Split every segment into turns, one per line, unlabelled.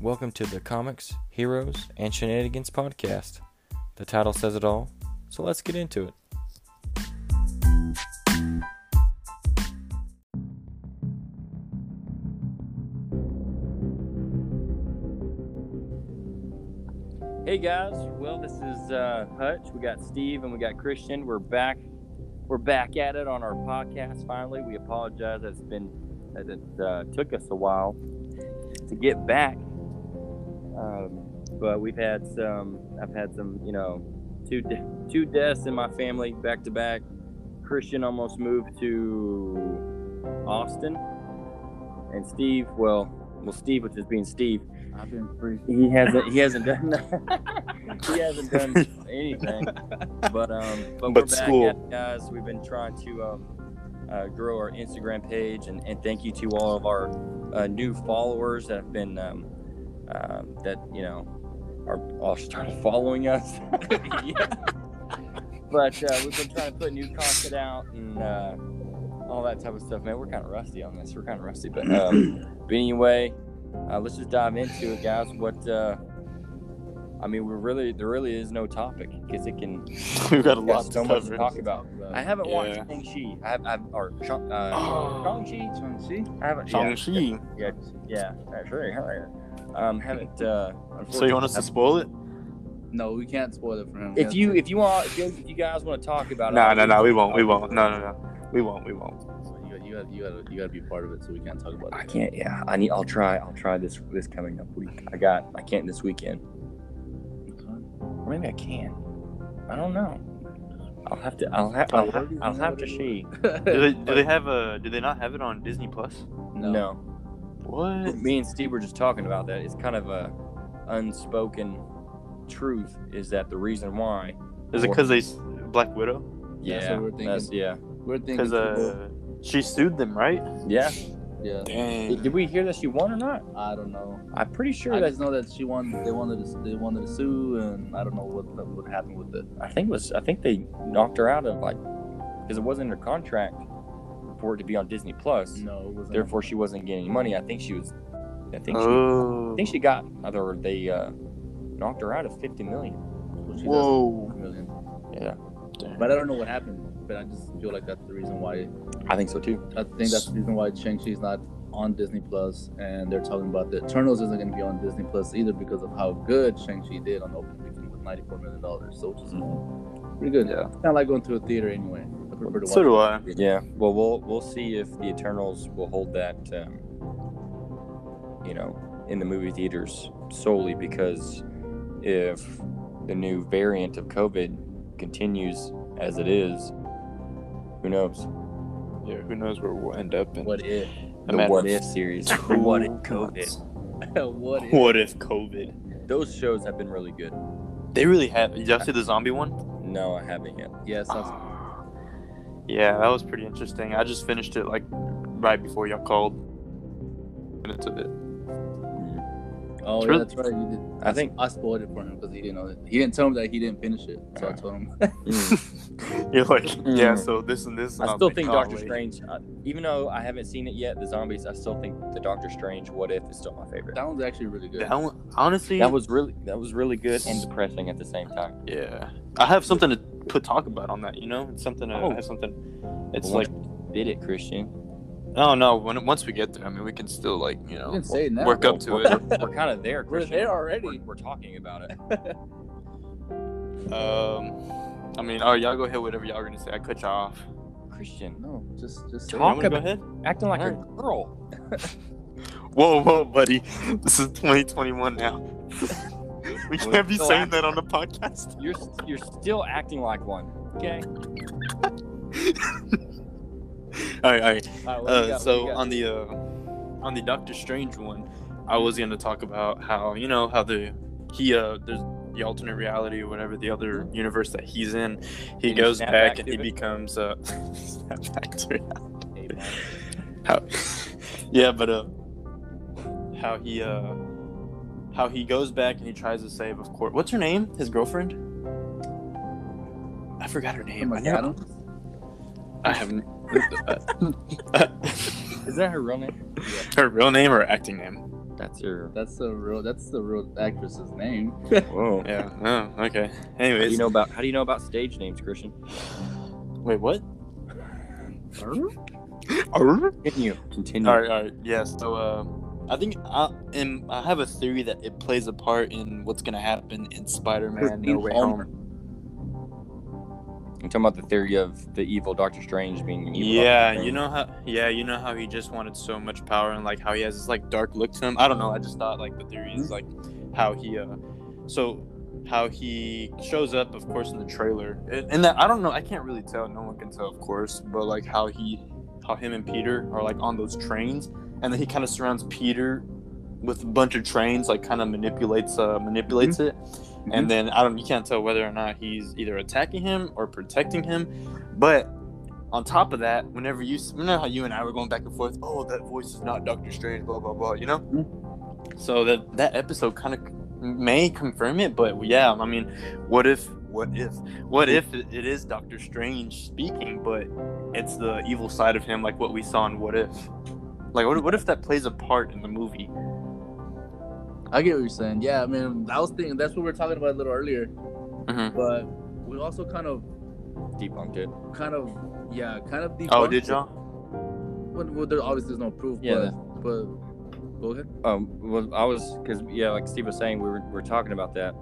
Welcome to the Comics, Heroes, and Shenanigans podcast. The title says it all, so let's get into it. Hey guys, well this is uh, Hutch. We got Steve and we got Christian. We're back. We're back at it on our podcast. Finally, we apologize. that It's been that it uh, took us a while to get back, um, but we've had some. I've had some, you know, two de- two deaths in my family back to back. Christian almost moved to Austin, and Steve. Well, well, Steve, which is being Steve,
I've been free.
he hasn't. He hasn't done. he hasn't done anything. But um, but, we're back
But school.
at it, guys. We've been trying to um, uh, grow our Instagram page, and, and thank you to all of our uh, new followers that have been um, um that you know are all started following us. But uh, we've been trying to put new content out and uh, all that type of stuff. Man, we're kind of rusty on this. We're kind of rusty, but um, but anyway, uh, let's just dive into it, guys. What uh, I mean, we really there really is no topic because it can
We've got a
we
lot
got
to
so much to
cover.
talk about. I haven't watched
Yeah.
Shang Chi. I have, I've or Shang
Oh.
Chi.
See?
I haven't. Yeah,
Shang-Chi.
yeah, yeah, that's right. all right. Um, haven't. Uh,
So you want us to
unfortunately-
spoil it?
No, we can't spoil it for him.
If you if you want if you, if you guys want to talk about
No,
it,
no, no. We won't. We won't. No, no, no. We won't. We won't.
you got you got you got you got to be part of it, so we can't talk about it.
I can't. Yeah, I need. I'll try. I'll try this this coming up week. I got. I can't this weekend. Or maybe I can. I don't know. I'll have to. I'll have. I'll, ha- I'll have to see.
Do they, do they have a? Do they not have it on Disney Plus?
No.
What?
me and Steve were just talking about that. It's kind of a unspoken truth is that the reason why.
Is it because they s- Black Widow?
Yeah,
That's what we're
that's- yeah,
We're thinking.
Because uh, she sued them, right?
yeah.
people- yeah,
Dang.
Did we hear that she won or not?
I don't know.
I'm pretty sure
I
that
just know that she wanted. They wanted to. They wanted to sue, and I don't know what the, what happened with it.
I think it was I think they knocked her out of like because it wasn't in her contract for it to be on Disney Plus.
No, it wasn't.
Therefore, she wasn't getting money. I think she was. I think she. I
Oh.
think she got either they uh, knocked her out of fifty million.
Well, she does
Whoa.
a million.
Yeah,
But I don't know what happened. But I just feel like that's the reason why.
I think so too.
I think that's the reason why Shang Chi's not on Disney Plus, and they're talking about the Eternals isn't going to be on Disney Plus either because of how good Shang Chi did on the opening weekend with ninety four million dollars. So which is pretty good.
Mm-hmm. Yeah.
Kind of like going to a theater anyway. I prefer to
So
watch
do I.
Yeah. Well, we'll we'll see if the Eternals will hold that. Um, you know, in the movie theaters solely because if the new variant of COVID continues as it is, who knows?
Yeah. Who knows where we'll end up in?
what if
The what if series. The what if COVID.
what if
What if COVID?
Those shows have been really good.
They really have. Did y'all see the zombie one?
No, I haven't yet.
yes that's
Yeah, that was pretty interesting. I just finished it like right before y'all called. Minutes of it.
oh yeah
Really?
that's right you did
I think.
I spoiled it for him because he didn't know it. he didn't tell him that he didn't finish it so I
Uh.
told him
You're like, yeah.
Mhm.
So this and this. and
I
I'm
still
like,
think
"Oh,
Doctor
wait."
Strange, uh, even though I haven't seen it yet, the zombies, I still think the Doctor Strange What If is still my favorite.
that one's actually really good
That one, honestly,
That was really that was really good and depressing at the same time.
yeah. I have something to put talk about on that. You know, it's something. To,
Oh.
I have something. It's
What-
like,
Did it, Christian?
oh no. When once we get there, I mean, we can still like, you know,
you can say it now
work up to
We're,
it.
kind of there.
We're
Christian.
there already.
We're, we're talking about it.
Um, I mean, oh y'all go ahead. Whatever y'all are gonna say, I cut y'all off.
Christian,
no just just say
Talk
Y'all wanna
about-
go ahead.
acting like a
Alright.
girl.
Whoa, whoa, buddy. This is 2021 now. we
Well,
can't be
so
saying that on the podcast.
You're s- you're still acting like one. Okay.
All right, all right.
All right, what do you
Uh,
got? What do
so
you got?
on the uh, on the Doctor Strange one, I was going to talk about how you know how the he uh there's the alternate reality or whatever the other universe that he's in. He
And he
goes
snap
back,
back
and
to
he
it?
becomes uh snap back to it.
it.
how yeah but uh how he uh how he goes back and he tries to save of course what's her name his girlfriend i forgot her
Oh
name i,
Like,
never-
I don't
I haven't
is that her real name?
her real name or acting name
That's your.
That's the real. That's the real actress's name.
Whoa.
Yeah. Oh, okay.
How do
Anyways.
you know about How do you know about stage names, Christian?
Wait, what?
Continue. Continue.
All right, all right. Yeah, so uh, I think I am. I have a theory that it plays a part in what's gonna happen in Spider-Man: No
Christine
Way
Palmer.
Home.
I'm talking about the theory of the evil Doctor Strange being an evil.
Yeah,
Doctor Strange.
you know how. Yeah, you know how he just wanted so much power and like how he has this like dark look to him. I don't know. I just thought like the theory is like how he. uh So how he shows up, of course, in the trailer, and, and that I don't know. I can't really tell. No one can tell, of course. But like how he, how him and Peter are like on those trains, and then he kind of surrounds Peter with a bunch of trains, like kind of manipulates uh, manipulates it, and then I don't you can't tell whether or not he's either attacking him or protecting him, but on top of that, whenever you s- you know how you and I were going back and forth, oh that voice is not Doctor Strange, blah blah blah, you know,
Mm-hmm.
so that that episode kind of may confirm it, but yeah, I mean, what if what if what if it it is Doctor Strange speaking, but it's the evil side of him, like what we saw in What If. Like, what, what if that plays a part in the movie?
I get what you're saying. Yeah, I mean, I was thinking that's what we were talking about a little earlier,
Mm-hmm.
but we also kind of,
debunked it.
kind of, yeah, kind of.
Oh,
debunked
did
it.
y'all?
Well, well, there obviously there's no proof.
Yeah.
But, but go ahead.
Um, well, I was because yeah, like Steve was saying, we were, we were talking about that.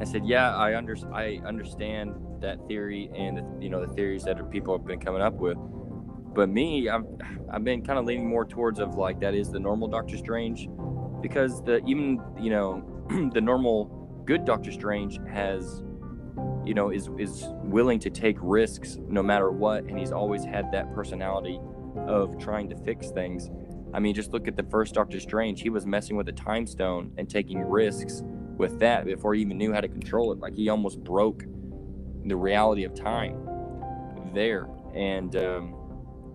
I said, yeah, I under I understand that theory and you know the theories that people have been coming up with. But me, I've I've been kind of leaning more towards of like that is the normal Doctor Strange, because the even you know the normal good Doctor Strange has you know is is willing to take risks no matter what, and he's always had that personality of trying to fix things. I mean, just look at the first Doctor Strange. He was messing with the time stone and taking risks with that before he even knew how to control it. Like he almost broke the reality of time there. And um,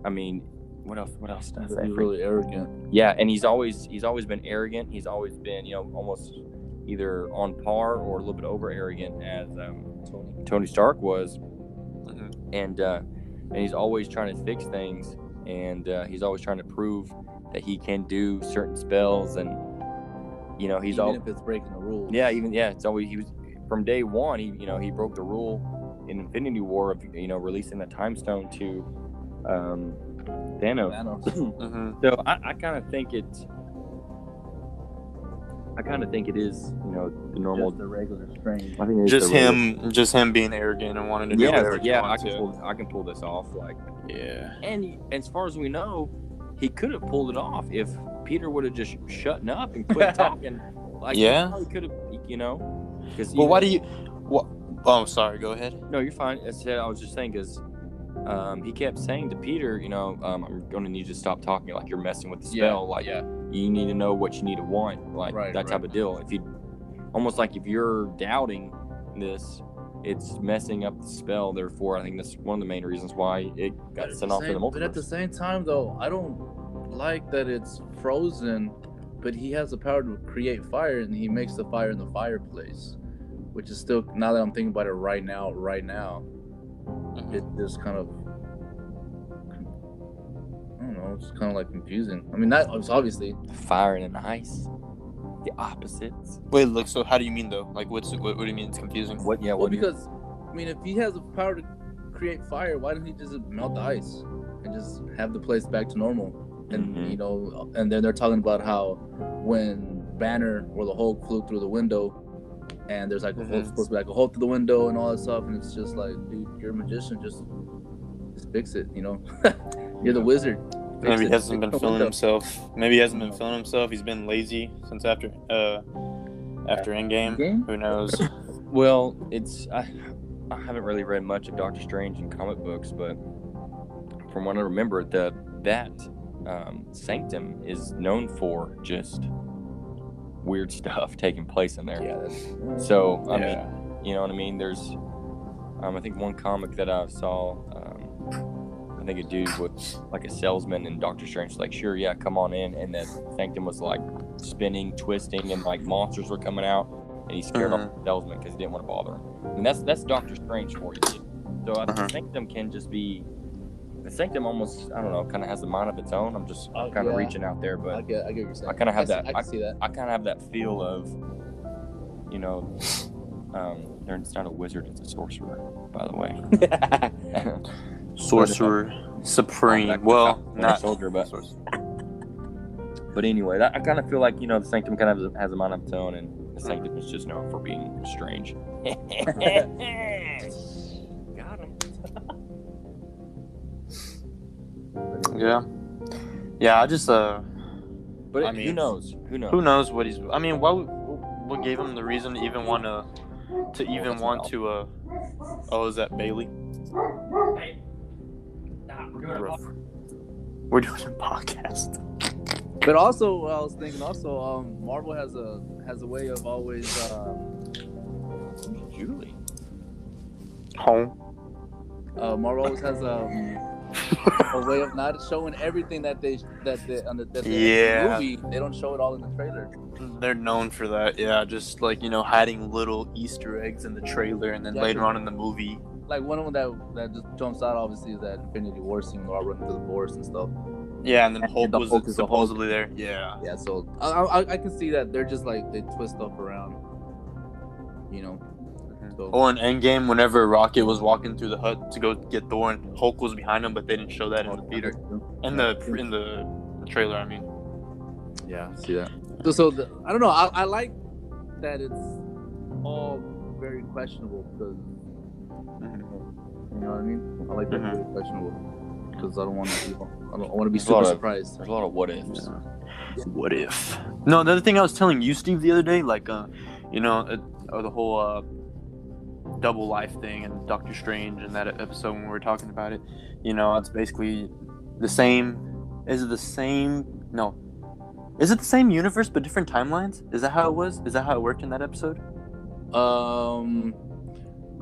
I mean, what else? What else? Did I
He's
say? I forget.
really arrogant.
Yeah, and he's always he's always been arrogant. He's always been you know almost either on par or a little bit over arrogant as um, Tony Stark was,
Mhm.
Mm-hmm.
and uh, and he's always trying to fix things, and uh, he's always trying to prove that he can do certain spells, and you know he's
even
all
if it's breaking the rules.
yeah, even yeah, it's always he was from day one. He you know he broke the rule in Infinity War of you know releasing the Time Stone to um, Thanos.
Thanos.
Mm-hmm.
So I, I kind of think it's, I kind of think it is, you know, the normal.
Just the regular strange.
I think it's
Just
the regular-
him, just him being arrogant and wanting to do
Yeah,
whatever he
yeah, I
wants
can
to.
pull, I can pull this off. Like,
Yeah.
and as far as we know, he could have pulled it off if Peter would have just shutting up and quit talking. Like,
Yeah.
he could have, you know, because
Well, why do you? What? Oh, sorry. Go ahead.
No, you're fine. I said I was just saying because um, he kept saying to Peter, you know, um, I'm going to need you to stop talking. Like you're messing with the
Yeah,
spell. like
yeah.
you need to know what you need to want. Like
Right,
that type
right.
of deal. If you almost like if you're doubting this, it's messing up the spell. Therefore, I think that's one of the main reasons why it got sent off to the
Same- But at
multiverse.
the same time, though, I don't like that it's frozen, but he has the power to create fire, and he makes the fire in the fireplace, which is still now that I'm thinking about it right now, right now,
Mm-hmm.
it just kind of. I don't know. It's kind of like confusing. I mean, not it's obviously.
Fire and ice, the opposites.
Wait, look. So, how do you mean though? Like, what's what? What do you mean? It's confusing.
What? Yeah.
Well,
What? do you-
because I mean, if he has the power to create fire, why doesn't he just melt the ice and just have the place back to normal? And
Mhm.
you know, and then they're talking about how when Banner or the Hulk flew through the window, and there's like a
Mm-hmm.
hole,
Mhm.
supposed to be like a hole through the window and all that stuff, and it's just like, dude, you're a magician, just just fix it, you know. you're the wizard. Fix
Maybe
it,
he hasn't
fix
been
the
feeling
window.
himself. Maybe he hasn't been feeling himself. He's been lazy since after uh after Endgame.
Game?
Who knows?
Well, it's I, I haven't really read much of Doctor Strange in comic books, but from what I remember, the that um, sanctum is known for just weird stuff taking place in there.
Yeah, that's,
So I mean,
yeah.
you know what I mean? There's, um, I think one comic that I saw, um, I think a dude was like a salesman and Doctor Strange was like, sure, yeah, come on in. And the Sanctum was like spinning, twisting, and like monsters were coming out. And he scared
Uh-huh.
off the salesman because he didn't want to bother him. And that's that's Doctor Strange for you. So I think
Uh-huh.
Sanctum can just be the Sanctum almost, I don't know, kind of has a mind of its own. I'm just
Oh,
kind of
yeah.
reaching out there,
I
but
get, I get what you're saying.
I kinda have
see-
that-
I can see that.
I kind of have that feel of, you know, um, they're- it's not a wizard, it's a sorcerer, by the way.
Sorcerer
Back
Supreme.
to
Well,
Falcon
not
Soldier, but-
sorcerer.
But anyway, that, I kind of feel like, you know, the Sanctum kind of has a mind of its own, and the Sanctum is just known for being strange. Got him.
Yeah. Yeah, I just uh
But
I
it- who
mean-
knows? Who knows?
who knows what he's I mean, why would- what gave him the reason to even want to to even
That's
want
loud.
to uh Oh, is that Bailey? Rough. We're doing a podcast.
But also, I was thinking also, um, Marvel has a has a way of always. Um,
Julie.
Home.
uh, Marvel always has a, a way of not showing everything that they that they on the that they,
Yeah.
movie. They don't show it all in the trailer.
They're known for that. Yeah, just like, you know, hiding little Easter eggs in the trailer and then
Yeah,
later
true.
on in the movie.
Like one of them that that just jumps out obviously is that Infinity War scene where I run through the forest and stuff.
Yeah, and then
And
Hulk
the
was
Hulk is the Hulk.
supposedly there. Yeah.
Yeah, so I, I, I can see that they're just like they twist stuff around, you know. So
Or in Oh, Endgame, whenever Rocket was walking through the hut to go get Thor, and Hulk was behind him, but they didn't show that in the
Oh,
theater, in the in the trailer. I mean,
yeah, see that. So, so the, I don't know. I, I like that it's all very questionable because Mm-hmm. you know what I mean. I like that it's very questionable because I don't want to. I don't I want to
Mm-hmm.
be
There's a lot
super
of-
surprised.
There's a lot of what ifs.
what if? No, another thing I was telling you, Steve, the other day, like, uh, you know, uh, or the whole uh, double life thing and Doctor Strange and that episode when we were talking about it. You know, it's basically the same. Is it the same? No. Is it the same universe but different timelines? Is that how it was? Is that how it worked in that episode?
Um,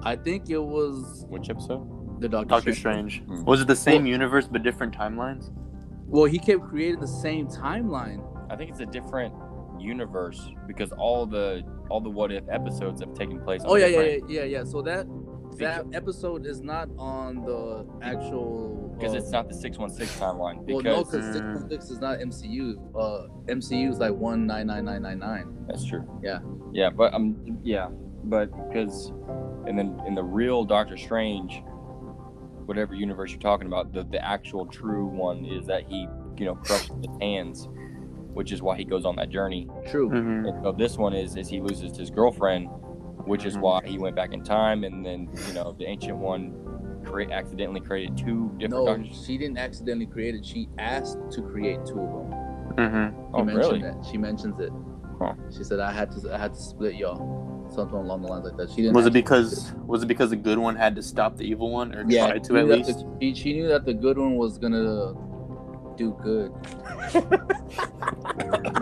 I think it was
Which episode?
the Doctor,
Doctor
Strange.
Strange.
Hmm.
Was it the same universe but different timelines?
Well, he kept creating the same timeline.
I think it's a different universe because all the all the what if episodes have taken place. on
Oh yeah, yeah,
different-
yeah, yeah, yeah. So that that
Because-
episode is not on the actual
Because
uh,
it's not the six one six timeline.
well,
Because
no, because six
Mm.
one six is not MCU. Uh, MCU is like one nine nine nine nine nine.
that's true.
Yeah.
Yeah, but um, yeah, but because, and then in the real Doctor Strange, whatever universe you're talking about, the the actual true one is that he you know crushed his hands, which is why he goes on that journey.
True.
Mm-hmm.
And so this one is is he loses his girlfriend, which is
Mm-hmm.
Mhm.
why he went back in time, and then you know the ancient one cre- accidentally created two different.
No,
Doctors.
she didn't accidentally create it. She asked to create two of them.
Mm-hmm.
She
Oh
mentioned
really?
That. She mentions it.
Huh.
She said, "I had to, I had to split y'all." Something along the lines like that. She didn't.
Was it
actually-
because was it because the good one had to stop the evil one or
Yeah,
try
she
to
knew
at
that the-
least?
she, she knew that the good one was gonna do good.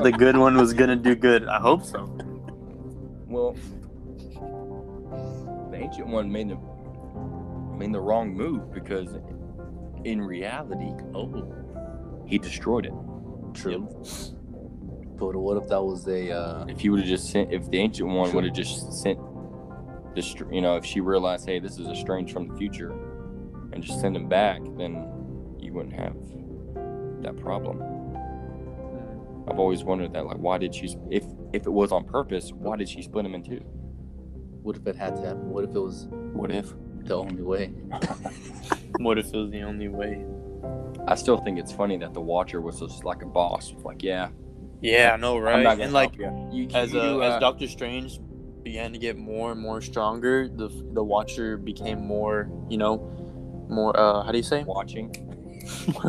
The good one was gonna do good. I hope so.
Well, the ancient one made the made the wrong move because in reality,
Oh,
he destroyed it.
true. But what if that was a? Uh,
If he would have just sent, if the ancient one would have just sent, destr- you know, if she realized, hey, this is a strange from the future, and just send him back, then you wouldn't have that problem. I've always wondered that, like, why did she? sp- If if it was on purpose, why did she split him in two?
what if it had to happen? What if it was
What if?
the only way?
What if it was the only way?
I still think it's funny that the Watcher was just like a boss, like, yeah,
Yeah, I know,
I'm
right?
not gonna
And like
help ya. you,
as
you,
uh,
uh,
as Doctor Strange began to get more and more stronger, the the Watcher became more, you know, more uh how do you say?
watching.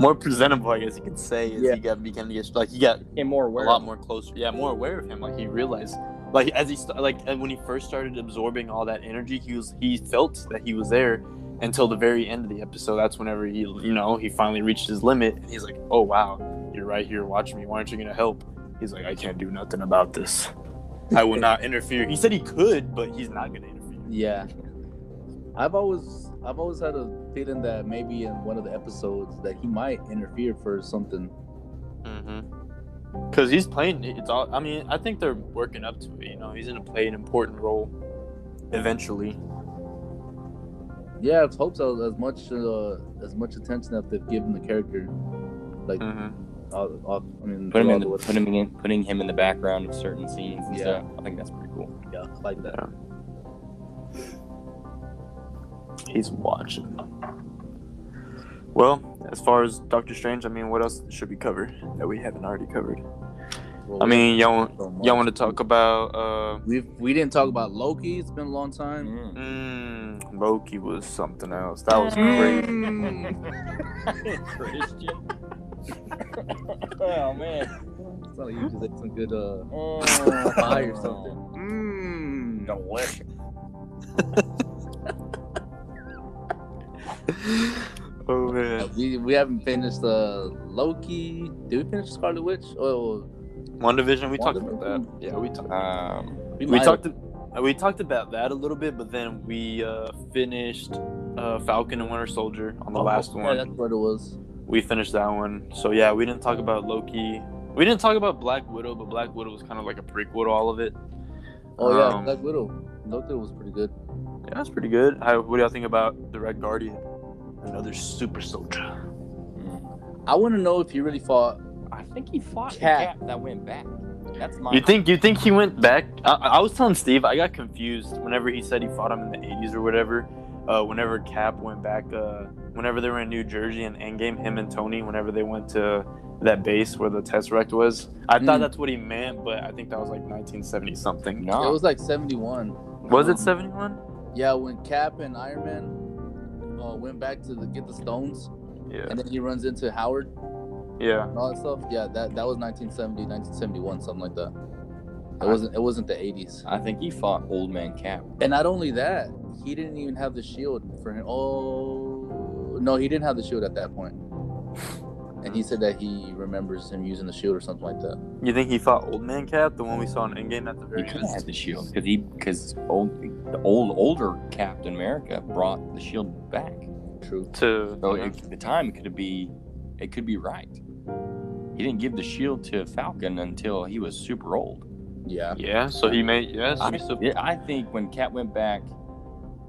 more presentable, I guess you could say. As
Yeah.
he got began to get like he got
And more aware.
a lot more closer. Yeah, more aware of him. Like he realized, like as he st- like and when he first started absorbing all that energy, he was he felt that he was there until the very end of the episode. That's whenever he you know he finally reached his limit, and he's like, "Oh wow, you're right here watching me. Why aren't you gonna help?" He's like, "I can't do nothing about this. I will not interfere." He said he could, but he's not gonna interfere.
Yeah. I've always I've always had a feeling that maybe in one of the episodes that he might interfere for something.
Mm-hmm. Cause he's playing. It's all. I mean, I think they're working up to it. You know, he's gonna play an important role eventually.
yeah, it's hopes as, as much uh, as much attention that they've given the character.
Mhm.
All, all, I mean,
Put him in,
throughout
the,
the-
put him in, putting him in the background of certain scenes and
Yeah.
stuff. I think that's pretty cool.
yeah, I like that.
He's watching. Well, as far as Doctor Strange, I mean, what else should we cover that we haven't already covered?
Well,
I mean, y'all want
so much.
y'all want to talk about uh,
We've we didn't talk about Loki. It's been a long time.
mm, Loki was something else. That was crazy.
Christian. oh man.
It's not usually like some good uh
Mm.
pie or something. Mmm.
Delicious.
oh man,
We, we haven't finished uh, Loki. Did we finish Scarlet Witch? Oh,
WandaVision, we talked about that.
WandaVision.
Yeah, we talked.
Um,
we
might
talked. uh, we talked about that a little bit, but then we uh, finished uh, Falcon and Winter Soldier on the
Oh,
last
yeah,
one.
that's what it was.
we finished that one. So yeah, we didn't talk about Loki. We didn't talk about Black Widow, but Black Widow was kind of like a prequel to all of it.
Oh yeah,
Um,
Black Widow. Loki was pretty good.
Yeah, that's pretty good. How, what do y'all think about the Red Guardian? Another super soldier.
I want to know if he really fought.
I think he fought
Cap.
Cap. that went back. That's my.
You think you think he went back? I, I was telling Steve I got confused whenever he said he fought him in the '80s or whatever. Uh, whenever Cap went back, uh, whenever they were in New Jersey in Endgame, him and Tony, whenever they went to that base where the Tesseract was, I
Mm.
thought
Hmm.
that's what he meant, but I think that was like 1970 something.
No.
It was like seventy-one.
Was it 71?
Yeah, when Cap and Iron Man uh, went back to the, get the stones,
Yeah.
and then he runs into Howard
Yeah.
and all that stuff. Yeah, that that was 1970, 1971, something like that.
I-
It wasn't it wasn't the 80s.
I think he fought Old Man Cap.
And not only that, he didn't even have the shield for him. Oh no, he didn't have the shield at that point. And he said that he remembers him using the shield or something like that.
You think he fought Old Man Cap, the one we saw in Endgame at the
He
very
could
end?
have had the shield because he because old the old older Captain America brought the shield back.
True.
To
So it, the time it could be, it could be right. He didn't give the shield to Falcon until he was super old.
Yeah.
yeah, so he made yes.
I, yeah, I think when Cat went back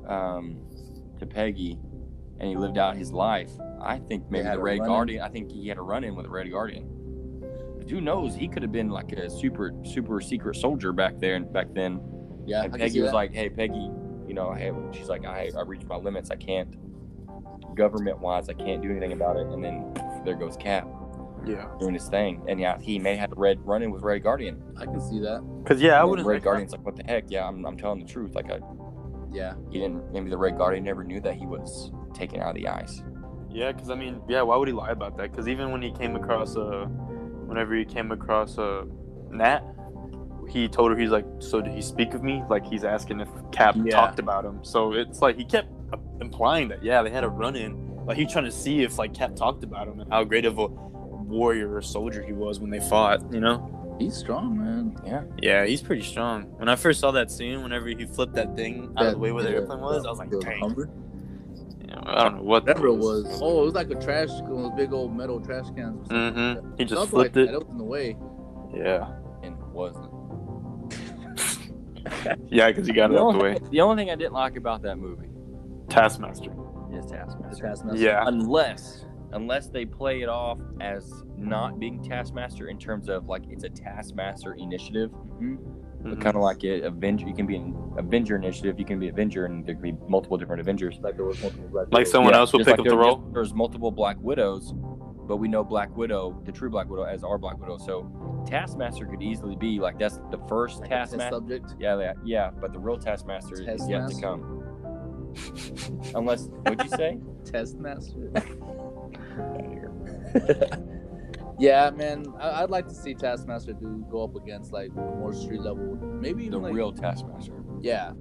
um, to Peggy and he lived out his life, I think maybe
had
the
a
Red
run-in.
Guardian, I think he had a run in with the Red Guardian. But who knows? He could have been like a super, super secret soldier back there and back then.
Yeah.
and
I can
Peggy
see
was
that.
like, hey, Peggy, you know, hey, she's like, I, I reached my limits. I can't, government wise, I can't do anything about it. And then there goes Cap
yeah.
doing his thing. And yeah, he may have the red run in with Red Guardian.
I can see that.
Because yeah, I
And
wouldn't.
Red Guardian's like, what the heck? Yeah, I'm, I'm telling the truth. Like, I,
Yeah.
he didn't maybe the red guardian never knew that he was taken out of the ice
Yeah, because I mean, yeah, why would he lie about that? Because even when he came across uh, whenever he came across uh, Nat, he told her he's like, so did he speak of me? Like he's asking if Cap
Yeah.
talked about him. So it's like he kept uh, implying that yeah, they had a run in. Like he's trying to see if like Cap talked about him and how great of a warrior or soldier he was when they fought. You know.
He's strong, man.
Yeah, he's pretty strong. When I first saw that scene, whenever he flipped that thing out of the way where the
Yeah.
airplane was, I was like,
The
dang.
Humber?
You know, I don't know what
Whatever it was. Oh, it was like a trash those big old metal trash cans or something.
Mm-hmm. He just
Something
flipped
like
it.
That. It was in the way.
Yeah.
and it wasn't
Yeah, because he got it out the way.
the only thing i didn't like about that movie
Taskmaster.
is
The
taskmaster
Taskmaster.
Yeah.
unless unless they play it off as not being taskmaster in terms of like it's a taskmaster initiative but
Mhm.
kind of like a avenger you can be an avenger initiative you can be avenger and there could be multiple different avengers
Like there was multiple black
Like
people.
someone
Yeah,
else will
just
pick
like
up the
there-
role.
just- there's multiple black widows but we know black widow the true black widow as our black widow so taskmaster could easily be like that's the first
Like a test
taskmaster
subject.
Yeah, yeah, yeah, but the real Taskmaster is yet to
Taskmaster.
come. Unless, what'd you say?
Test master. yeah, man. I- I'd like to see Taskmaster do go up against like more street level, maybe even
the
like,
real Taskmaster,
Yeah,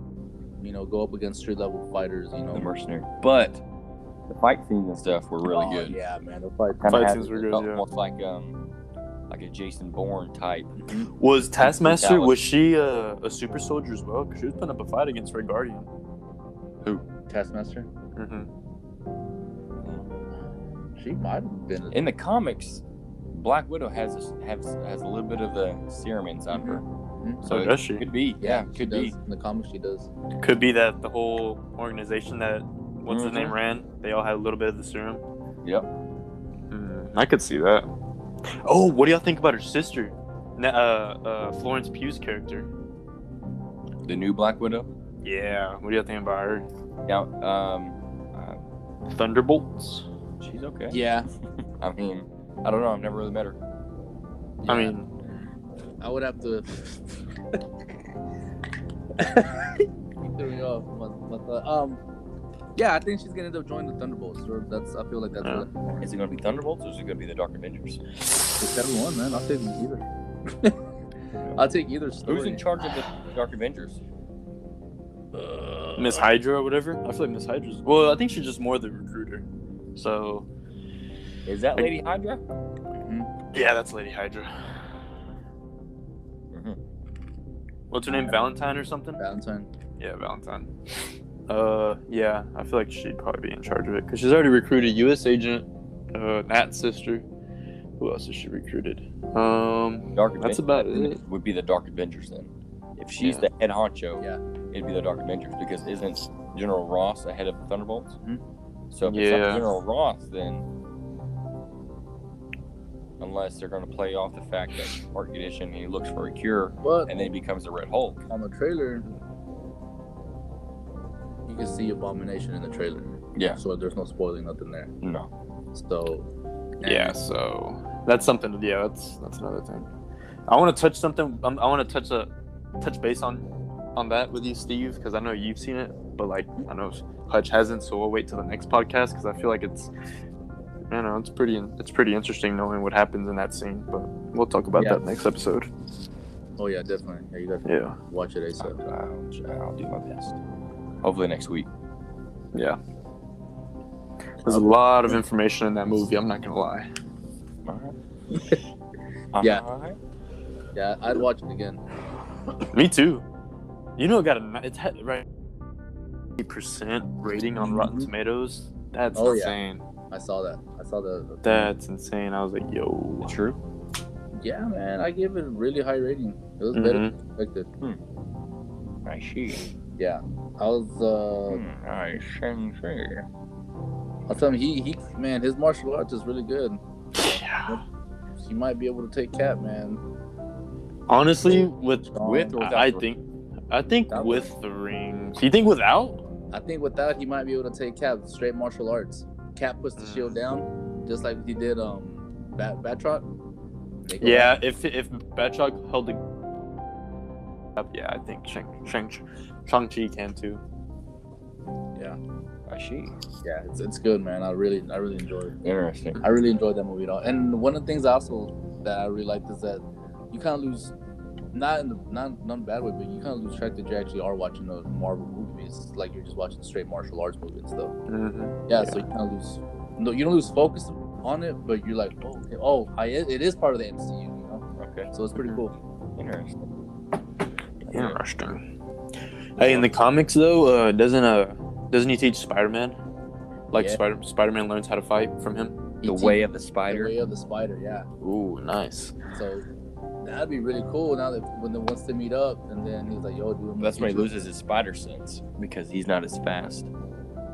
you know, go up against street level fighters. You know,
the mercenary. But the fight scenes and stuff were really
Oh,
good.
Yeah, man. The fight.
Kinda
Fight
had-
scenes were
it
good,
felt
yeah.
Almost like um, like a Jason Bourne type.
Mm-hmm.
Was Taskmaster,
Metallic.
was she uh, a super soldier as well? 'Cause she was putting up a fight against Red Guardian.
Taskmaster.
Mm-hmm.
She might have been.
In the comics, Black Widow has a, has has a little bit of the serum inside her,
Mhm.
so
Oh,
it
does she?
could be. Yeah,
she
could
does.
be.
In the comics, she does.
Could be that the whole organization that what's his name
Mhm.
ran. They all had a little bit of the serum.
Yep.
Hmm, I could see that. Oh, what do y'all think about her sister, Na- uh, uh, Florence Pugh's character?
The new Black Widow.
Yeah, what do y'all think about her?
Yeah. Um,
Thunderbolts.
she's okay.
Yeah,
I mean, I don't know. I've never really met her.
I
Yeah.
mean,
I would have to. Threw me off. My, my thought. Um, yeah, I think she's gonna end up joining the Thunderbolts. Or that's I feel like that's
Yeah.
the
Is it going to be Thunderbolts or is it going to be the Dark Avengers?
seven one man. I'll take either. I'll take either story.
Who's in charge of the Dark Avengers?
Miss Hydra or whatever. I feel like Miss Hydra's. Well, I think she's just more the recruiter. So
Is that Lady Hydra?
Mhm.
yeah, that's Lady Hydra.
Mhm.
What's her name? Valentine or something?
Valentine.
Yeah, Valentine. Uh, yeah, I feel like she'd probably be in charge of it because she's already recruited U.S. agent, uh, Nat's sister. Who else has she recruited? Um,
Dark Avengers
that's about it.
would be the Dark Avengers then. If she's
Yeah.
the head honcho,
Yeah.
it'd be the Dark Avengers because isn't General Ross the head of the Thunderbolts?
Mhm.
So if it's
Yeah.
not General Ross, then unless they're going to play off the fact that heart condition, he looks for a cure
But
and then he becomes a Red Hulk.
on the trailer, you can see Abomination in the trailer.
Yeah.
So there's no spoiling nothing there.
No,
So. and-
Yeah, so that's something. Yeah, that's that's another thing. I want to touch something. Um, I want to touch a touch base on on that with you, Steve, because I know you've seen it, but like I know Hutch hasn't, so we'll wait till the next podcast because I feel like it's you know it's pretty it's pretty interesting knowing what happens in that scene, but we'll talk about
Yeah.
that next episode.
Oh yeah, definitely. Yeah, you guys
Yeah,
watch it
so
ASAP.
I'll, I'll do my best. Hopefully next week.
yeah. There's a lot of information in that movie. I'm not gonna lie.
All right.
Yeah.
All right.
Yeah, I'd watch it again.
Me too. You know, it got a it's had, right percent rating on Rotten
Mhm.
Tomatoes. That's
Oh, yeah.
insane.
I saw that. I saw the.
That's insane. I was like, yo.
True.
Yeah, man, I gave it a really high rating. It was better than
Mm-hmm.
expected.
I see.
Yeah, I was. uh
Hmm, I see.
I'll tell him he he man, his martial arts is really good.
Yeah.
He might be able to take Cap, man.
Honestly, with
Strong.
With or without
I I
the
think, I think
Without
with the ring. You think without?
I think without he might be able to take Cap. Straight martial arts. Cap puts the
Mm.
shield down, just like he did um Bat Batrot. They go
Yeah. If if Batroc held the up, yeah, I think Shang Shang Shang Chi can too.
I see.
back. Yeah, it's, it's good, man. I really I really enjoy it.
Interesting.
I really enjoyed that movie at all. And one of the things also that I really liked is that you kind of lose, not in the, not not in a bad way, but you kind of lose track that you actually are watching those Marvel movies. It's like you're just watching straight martial arts movies and stuff.
Mm-hmm.
Yeah, so you kind of lose, no, you don't lose focus on it, but you're like, oh, okay, oh, I, it is part of the MCU, you know.
Okay.
So it's pretty cool.
Interesting.
Interesting. Hey, in the comics though, uh, doesn't uh doesn't he teach Spider Man? Like
Yeah.
Spider Spider Man learns how to fight from him.
The
E.T.,
way of e the
E the
spider.
way of the spider, yeah.
Ooh, nice.
So that'd be really cool. Now that when the once they meet up, and then he's like, yo, dude, I'm
That's when
gonna
he loses his spider sense because he's not as fast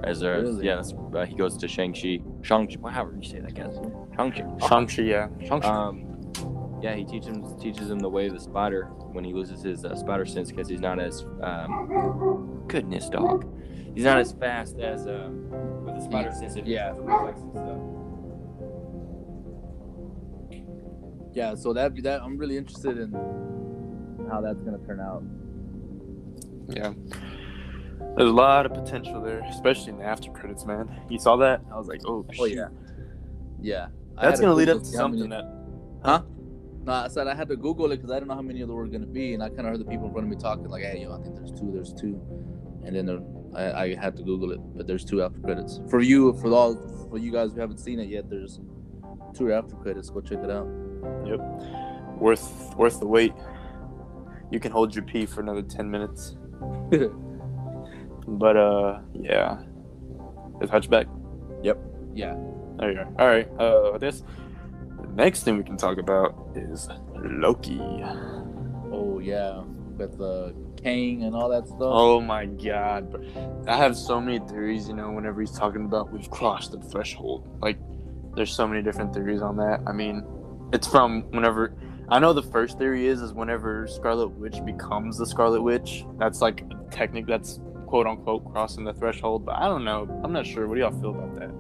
as uh,
Really?
yeah. That's, uh, he goes to Shang Chi. Shang Chi. How do you say that, guys? Shang Chi.
Shang Chi, yeah. Shang Chi.
Um, yeah, he teaches him teaches him the way of the spider when he loses his uh, spider sense because he's not as um, goodness dog. He's not as fast as um, with the spider sense. if he
Yeah.
has the reflexes and stuff.
Yeah, so that that I'm really interested in how that's gonna turn out.
Yeah. There's a lot of potential there, especially in the after credits, man. You saw that? I was like, oh, shoot.
yeah. I had
That's gonna lead
Google
up to
see how
something
Many,
that.
no, I said I had to Google it because I didn't know how many there were gonna be, and I kind of heard the people in front of me talking like, "Hey, yo, I think there's two, there's two," and then there, I, I had to Google it, but there's two after credits for you for all for you guys who haven't seen it yet. There's two after credits. Go check it out.
worth worth the wait. You can hold your pee for another ten minutes. But uh, yeah. Is Hutchback?
Yeah,
There you are. All right. Uh, this next thing we can talk about is Loki.
Oh yeah, with the uh, decaying and all that stuff.
Oh my god. bro. I have so many theories, you know, whenever he's talking about we've crossed the threshold. Like there's so many different theories on that. I mean, it's from whenever I know the first theory is is whenever Scarlet Witch becomes the Scarlet Witch. That's like technic that's quote unquote crossing the threshold, but I don't know. I'm not sure. What do y'all feel about that?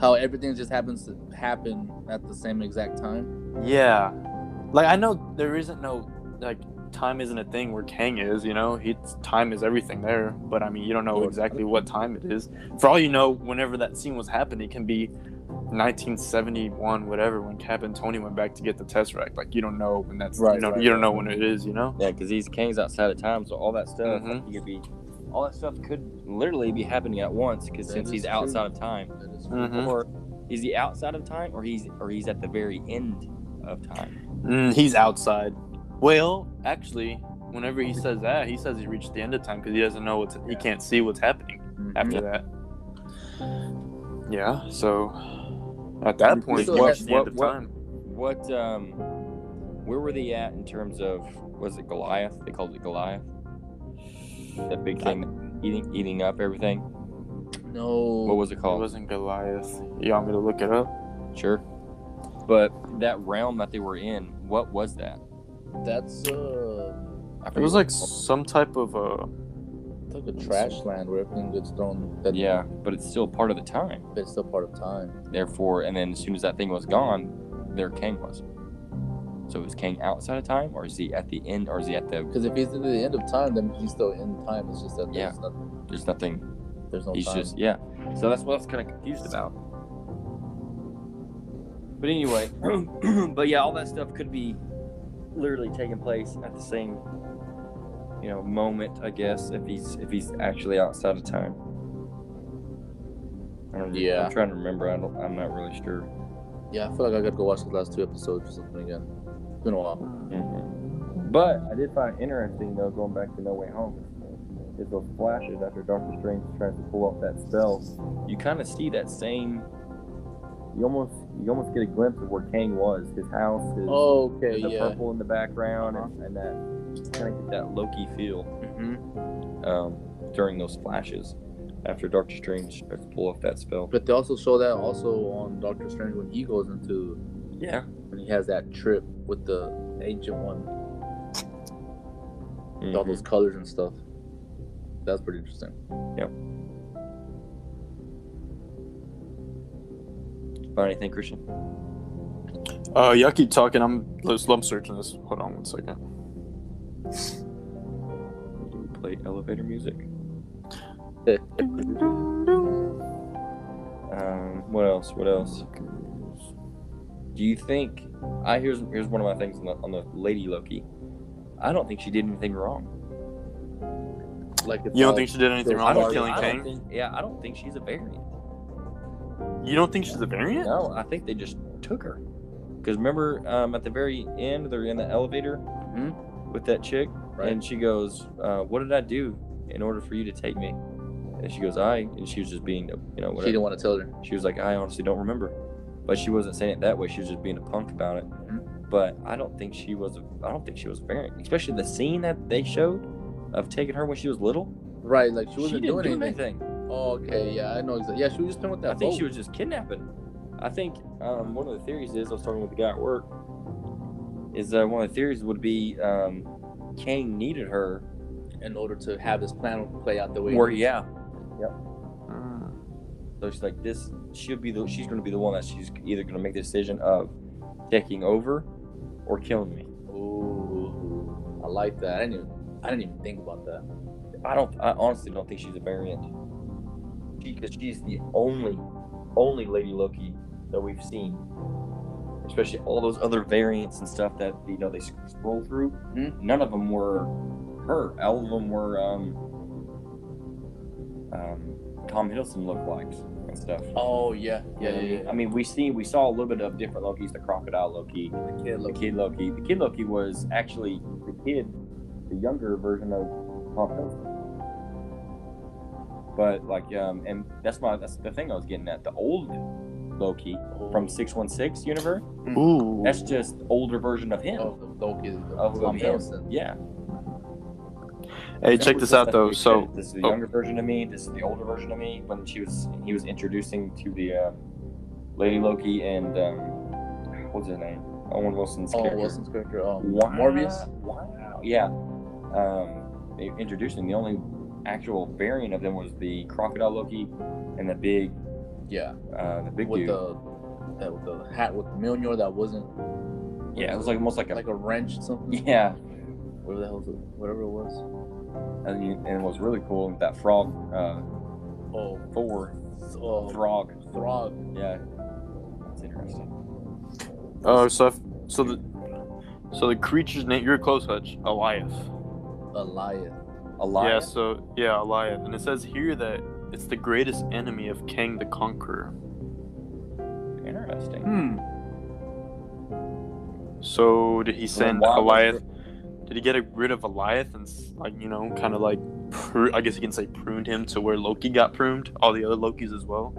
How everything just happens to happen at the same exact time.
Yeah. Like I know there isn't no like time isn't a thing where Kang is, you know. He's time is everything there, but I mean you don't know
Well,
exactly what time it is. For all you know, whenever that scene was happening, it can be 1971, whatever, when Cap and Tony went back to get the Tesseract. Like you don't know when that's right,
Right,
you, know,
right,
you don't
right.
know when it is, you know.
Yeah, because these kings outside of time, so all that stuff
Mhm.
he could be, all that stuff could literally be happening at once. Because
That
since
is
he's
true.
outside of time,
That is-
Mhm.
or is he outside of time, or he's or he's at the very end of time?
Mm, he's outside. Well, actually, whenever he says that, he says he reached the end of time because he doesn't know what's he can't see what's happening
Mhm.
after that. Yeah, so at that point,
So
he
what-
reached the
what-
end of
what-
time.
What um, where were they at in terms of was it Goliath? They called it Goliath. That big thing eating eating up everything.
No.
What was it
It
called?
wasn't Goliath. You want me to look it up?
Sure. But that realm that they were in, what was that?
That's uh,
I
It
forget
was
what
like
it's called.
some type of uh,
it's like a trash land where everything gets thrown. That
yeah, but it's still part of the time.
but it's still part of time.
Therefore, and then as soon as that thing was gone, their king was. So is king outside of time, or is he at the end, or is he at the?
Because if he's at the end of time, then he's still in time. It's just that there's,
Yeah.
not,
There's nothing.
there's no
He's
time.
just yeah. So that's what I was kind of confused about. But anyway, but yeah, all that stuff could be literally taking place at the same, you know, moment. I guess if he's if he's actually outside of time. I don't,
Yeah.
I'm trying to remember. I don't, I'm not really sure.
Yeah, I feel like I gotta go watch the last two episodes or something again. It's been a while.
But I did find it interesting though, going back to No Way Home, is those flashes after Doctor Strange tries to pull off that spell. You kind of see that same. You almost you almost get a glimpse of where Kang was, his house, his
Okay,
the
yeah.
purple in the background, and, and that kind of get that Loki feel
Mm-hmm.
Mhm.
um, during those flashes after Doctor Strange tries to pull off that spell.
But they also show that also on Doctor Strange when he goes into
Yeah.
when he has that trip with the ancient one, with all
Mhm.
those colors and stuff. That's pretty interesting.
Find anything, Christian?
Uh, y'all keep talking. I'm slump searching this. Hold on one second.
Do we play elevator music? Um, what else? What else? Do you think? I here's here's one of my things on the, on the lady Loki. I don't think she did anything wrong.
Like it's
You don't
all-
think she did anything
I
I
wrong
don't
with
think-
killing
I don't
Kang?
think- yeah, I don't think she's a variant.
You don't think she's a variant?
No, I think they just took her. Because remember, um, at the very end, they're in the elevator with that chick,
Mm-hmm. Right.
and she goes, uh, "What did I do in order for you to take me?" And she goes, "I," and she was just being, you know,
she
whatever.
didn't want to tell her?
She was like, I honestly don't remember. But she wasn't saying it that way. She was just being a punk about it.
Mm-hmm.
But I don't think she was. I don't think she was variant, especially the scene that they showed of taking her when she was little.
Right, like she
she
wasn't
didn't
doing
do
anything.
anything.
Oh, okay, yeah, I know exactly. Yeah, she was just playing with that.
I think she
boat.
was just kidnapping. I think um, one of the theories is I was talking with the guy at work. Is uh, one of the theories would be um, Kang needed her.
in order to have this plan play out the way.
Or yeah,
Mm.
So she's like, this should be the she's gonna be the one that she's either gonna make the decision of taking over or killing me.
Ooh, I like that. I didn't even, I didn't even think about that.
I don't. I honestly don't think she's a variant. She, because she's the only, only Lady Loki that we've seen. Especially all those other variants and stuff that you know they sc- scroll through.
Mhm.
None of them were her. All of them were um, um, Tom Hiddleston lookalikes and stuff.
Oh yeah, yeah, yeah. yeah.
I mean, we see we saw a little bit of different Lokis. The crocodile Loki,
The kid
the
looked-
kid Loki. The kid Loki was actually the kid, the younger version of Tom Hiddleston. But like, um, and that's my that's the thing I was getting at. The old Loki
oh,
from Six One Six universe.
Ooh.
That's just the older version of him.
Oh, the Loki, the
Of
Tom
him.
Hiddleston.
Yeah,
Hey, check this out though. So
this is the
oh.
younger version of me. This is the older version of me. When she was, he was introducing to the uh, Lady Loki and um, what's his name? Owen Wilson's
Oh,
character.
Wilson's character. Oh,
Wow.
Morbius.
Wow. Yeah. Um, they introducing the only actual variant of them was the crocodile Loki and the big,
Yeah,
uh, the big
with
dude.
the that, with the hat with Mjolnir that wasn't
yeah, it was like almost like a
like a wrench or something.
yeah.
Whatever the hell, it- whatever it was.
And, you, and what's really cool that frog, uh,
Oh,
Thor,
oh,
Throg.
Throg.
Yeah, that's interesting.
Oh, so if, so the so the creature's name you're close, Hutch. Eliath.
Elias.
A lion.
Yeah. So yeah, Eliath, and it says here that it's the greatest enemy of Kang the Conqueror.
Interesting.
Hmm.
So did he send
why was
Eliath? Did he get rid of Eliath and s- like you know kind of like pru- I guess you can say pruned him to where Loki got pruned, all the other Lokis as well.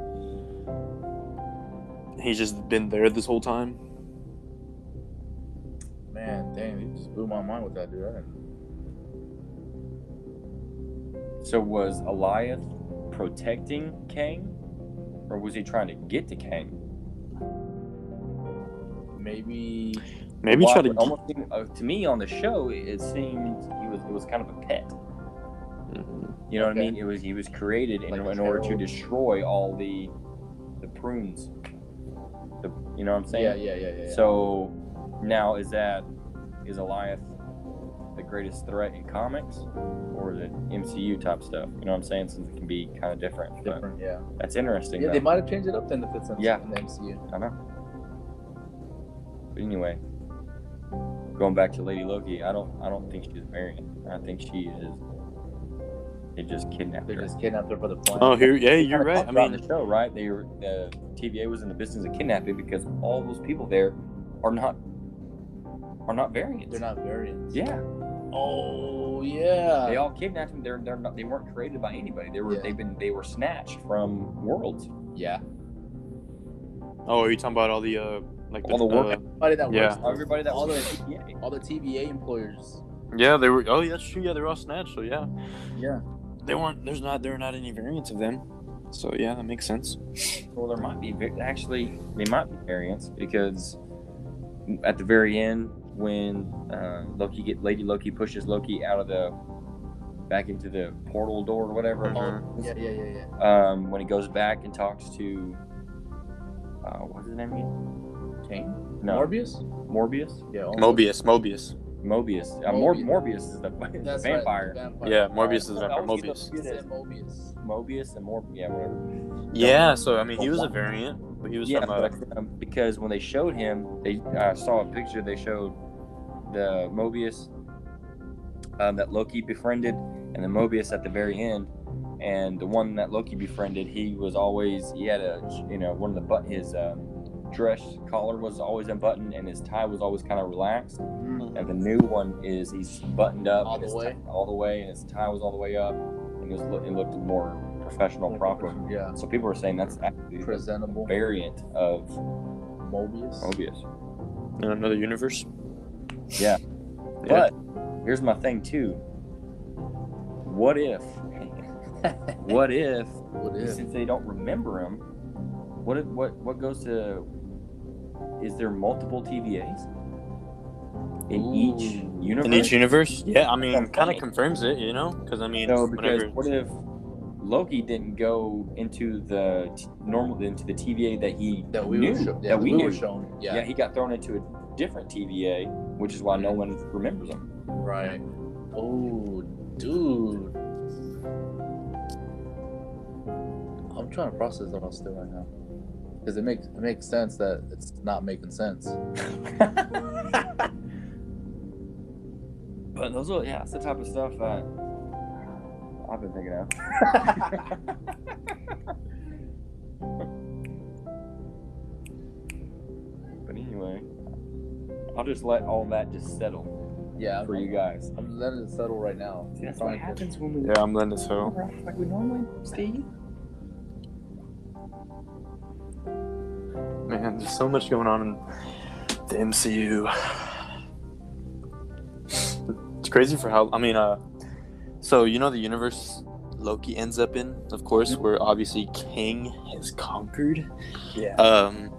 He's just been there this whole time.
Man, damn, you just blew my mind with that dude. I didn't-
So was Eliath protecting Kang, or was he trying to get to Kang?
Maybe
Maybe
Why-
try to.
it almost seemed, uh, to me on the show. It, it seemed he was it was kind of a pet. You know what I
Okay.
mean? It was he was created in,
Like a
in order to
child.
destroy all the the prunes. The, you know what I'm saying?
Yeah, yeah, yeah, yeah. yeah.
So now is that is Eliath the greatest threat in comics or is it MCU type stuff? You know what I'm saying? Since it can be kind of different. but
different, yeah.
that's interesting.
Yeah,
though.
they might have changed it up then if it's in,
Yeah.
in the MCU.
I know. But anyway, going back to Lady Loki, I don't I don't think she's variant. I think she is they just kidnapped
They're
her.
just kidnapped her for the plan.
Oh, here, yeah, you're
Kinda
right.
talked
I
about in
mean,
the show, right? They were the TVA was in the business of kidnapping because all those people there are not are not variants.
They're not variants.
Yeah,
Oh yeah.
they all kidnapped them. They're they're not they weren't created by anybody. They were
Yeah.
they've been they were snatched from worlds.
yeah.
oh, are you talking about all the uh like
All the work-
uh,
Everybody that
Yeah.
works.
Everybody that
all
was
the
yeah,
all the TVA employers.
Yeah, they were. Oh, yeah, that's true. Yeah, they were all snatched. So yeah,
Yeah.
they weren't. There's not. There are not any variants of them. So yeah, that makes sense.
well there might be va- actually they might be variants because at the very end when uh, Loki get Lady Loki pushes Loki out of the back into the portal door or whatever.
Mhm.
Yeah, yeah, yeah, yeah.
Um, when he goes back and talks to uh, what's his name again?
Kane?
No,
Morbius?
Morbius.
Yeah. almost.
Mobius, Mobius.
Mobius. Uh, Mor-
Mobius.
Morbius is the
That's right,
vampire.
the vampire.
Yeah, Morbius is
I
a vampire.
always get
Mobius.
He said Mobius.
Mobius and Morbius. Yeah, whatever.
Yeah, so I mean, he was a variant, but he was
yeah,
from. Uh,
but, um, because when they showed him, they uh, saw a picture. They showed the Mobius um, that Loki befriended, and the Mobius at the very end. And the one that Loki befriended, he was always he had a you know one of the but his um, dress collar was always unbuttoned, and his tie was always kind of relaxed. And the new one is he's buttoned up
All
and
the
his
way.
tie- all the way, and his tie was all the way up, and it was it looked more professional, proper.
Yeah.
So people are saying that's actually a
Presentable.
variant of
Mobius.
Mobius.
in another universe.
Yeah.
Yeah.
But here's my thing too. What if? what if?
What is?
Since they don't remember him, what if, what what goes to? Is there multiple TVAs in each
Ooh.
universe?
In each universe. Yeah, I
That's
mean, kind
funny.
of confirms it, you know, because I mean,
No, because
whenever.
what if Loki didn't go into the t- normal into the TVA that he
That we
knew,
were shown. Yeah,
that we, knew?
were shown.
yeah.
Yeah.
he got thrown into a different TVA, which is why no one remembers him.
Right. Oh, dude. I'm trying to process what I'm still right now. Because it makes it makes sense that it's not making sense.
But those are yeah, that's the type of stuff that I've been thinking of. but anyway, I'll just let all that just settle
Yeah.
for
I'm,
you guys.
I'm letting it settle right now.
That's
Trying
what
to-
happens when we
Yeah, I'm letting this go.
like we normally, Steve.
Man, there's so much going on in the MCU. It's crazy for how I mean, uh, So you know the universe Loki ends up in, of course,
Mm-hmm.
where obviously King has conquered.
Yeah.
Um,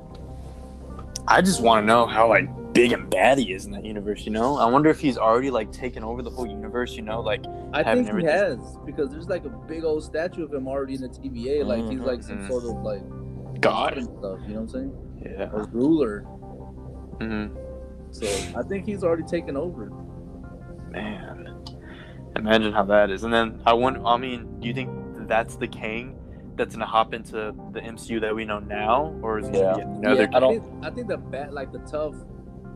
I just want to know how like big and bad he is in that universe. You know, I wonder if he's already like taken over the whole universe. You know, like
I
Having
think he
everything-
has because there's like a big old statue of him already in the TVA. Like he's like some
Mhm.
sort of like
God.
and stuff. You know what I'm saying?
Yeah.
Or ruler.
Mm-hmm.
So I think he's already taken over.
Man, imagine how that is. And then I want. I mean, do you think that's the King that's gonna hop into the MCU that we know now, or is it gonna be another?
Yeah, I,
I don't-
think, I think the bad, like the tough,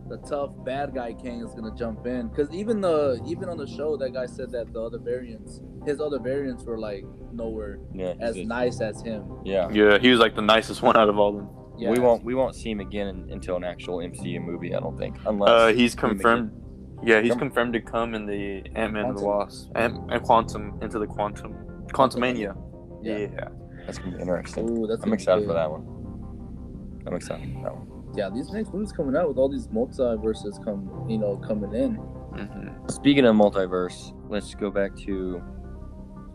the tough bad guy Kang is gonna jump in because even the even on the show that guy said that the other variants, his other variants were like nowhere
Yeah.
as
he's a-
nice as him.
yeah.
Yeah, he was like the nicest one out of all of them.
Yeah,
We won't we won't see him again in, until an actual MCU movie, I don't think. Unless
Uh, he's
we make it.
confirmed. Yeah, he's
Come-
confirmed to come in the Ant Man and the
Quantum.
Wasp and, and Quantum into the Quantum Quantumania. Yeah.
Yeah.
that's gonna be interesting.
Ooh, that's
I'm
gonna be
excited for
good.
that one. I'm excited for that one.
Yeah, these next movies coming out with all these multiverses come, you know, coming in.
Mhm.
Speaking of multiverse, let's go back to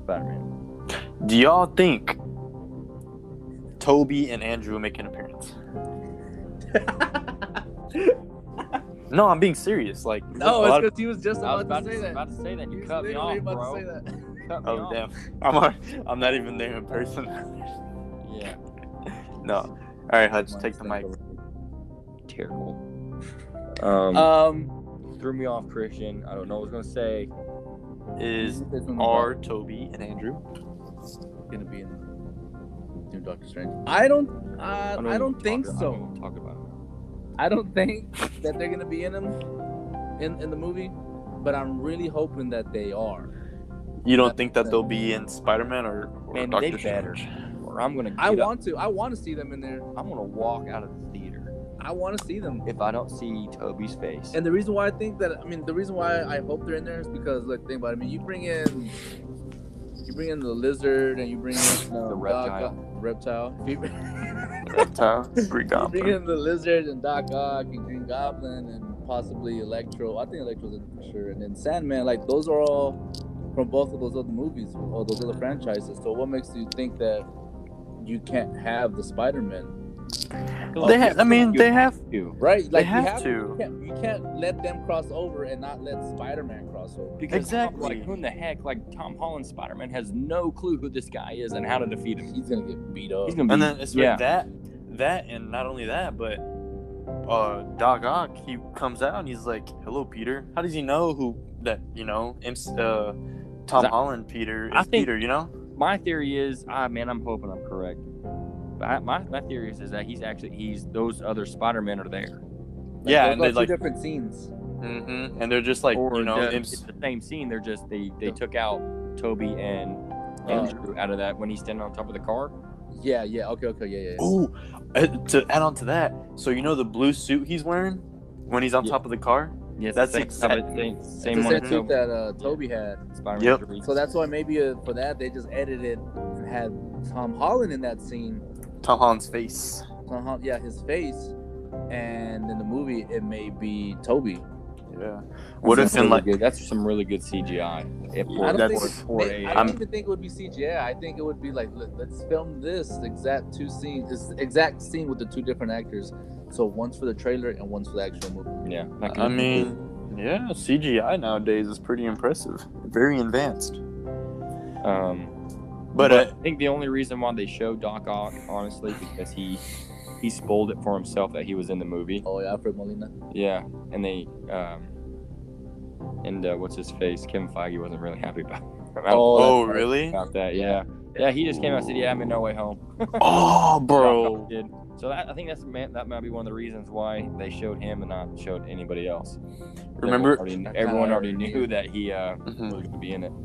Spider Man.
Do y'all think Toby and Andrew make an appearance? No, I'm being serious. Like
no,
a lot
it's
of-
because he was just about, to say that.
to say that
He was literally about to say that.
Cut me
oh
off.
damn, I'm al- I'm not even there in person.
Yeah.
no, all right, Hutch, take the mic.
Terrible. Um,
Um,
threw me off, Christian. I don't know what I was gonna say.
Is
are
are Toby and Andrew?
Um, gonna be in new Doctor Strange? I don't. Uh, I don't
even
think
talk- I
so.
don't even talk about it.
I don't think that they're gonna be in them in in the movie, but I'm really hoping that they are.
You don't think that they'll be in Spider Man or, or
Man,
Doctor
they better.
Strange?
Or I'm gonna. Get
I
up-
want to. I want to see them in there.
I'm gonna walk out of the theater
I want to see them.
if I don't see Toby's face.
And the reason why I think that, I mean, the reason why I hope they're in there is because, like, think about it. I mean, you bring in, you bring in the lizard, and you bring in um,
The reptile.
Doc Ock- reptile. If You bring,
Reptile, Green
you bring
Goblin.
in the lizard and Doc Ock and Green Goblin and possibly Electro. I think Electro's in for sure, and then Sandman. Like, those are all from both of those other movies or those other franchises. So, what makes you think that you can't have the Spider-Man,
They ha- I mean, they have
you.
right? Like,
they
you
have
You
to.
can't, you can't let them cross over and not let Spider-Man cross over.
Because
Exactly.
like who in the heck? Like Tom Holland, Spider Man has no clue who this guy is and how to defeat him.
He's gonna get beat up.
He's gonna be
And then it's
yeah.
like that, that, and not only that, but uh, Doc Ock, he comes out and he's like, "Hello, Peter." How does he know who that you know? MC, uh, Tom
I-
Holland, Peter is
I think-
Peter. You know?
my theory is, ah, man, I'm hoping I'm correct. But I, my my theory is, is that he's actually he's those other Spider Men are there.
Like,
yeah,
those
and
are
they
two
like,
different scenes.
hmm and they're just like, you know,
the,
MC
it's the same scene. They're just they they took out Toby and Andrew out of that when he's standing on top of the car.
Yeah, yeah, okay, okay, yeah, yeah.
Oh, to add on to that, so you know the blue suit he's wearing when he's on
Yeah.
top of the car.
Yes,
That's
same,
exact-
same,
It's
same
the
one.
same
as
suit
Toby.
that uh, Toby had.
Spider-Man
Yep.
three.
So that's why maybe uh, for that they just edited and had Tom Holland in that scene.
Tom Holland's face.
Tom Hol- yeah, his face. And in the movie, it may be Toby.
Yeah. What
That's
if in
really
like
good. that's some really good CGI. If
Yeah,
I
we're-
don't, think,
that's-
we're- we're
they-
a- um,
I
I'm-
don't even think it would be CGI. I think it would be like, let, let's film this exact two scenes, this exact scene with the two different actors. So one's for the trailer and one's for the actual movie.
yeah, that
I
could be
mean, yeah, CGI nowadays is pretty impressive, very advanced.
good. um,
But uh,
I think the only reason why they show Doc Ock, honestly, because he he spoiled it for himself that he was in the movie.
Oh, yeah, Alfred Molina.
Yeah, and they um, and uh, what's his face? Kevin Feige wasn't really happy about about,
oh,
that's right.
really?
about that. Yeah, yeah, he just came out and said, "Yeah, I'm in No Way Home."
Oh,
Doc
bro.
Ock did. So that, I think that's man, that might be one of the reasons why they showed him and not showed anybody else.
Remember-
everyone already,
kinda
everyone already
already
knew that he uh,
Mhm.
was going to be in it.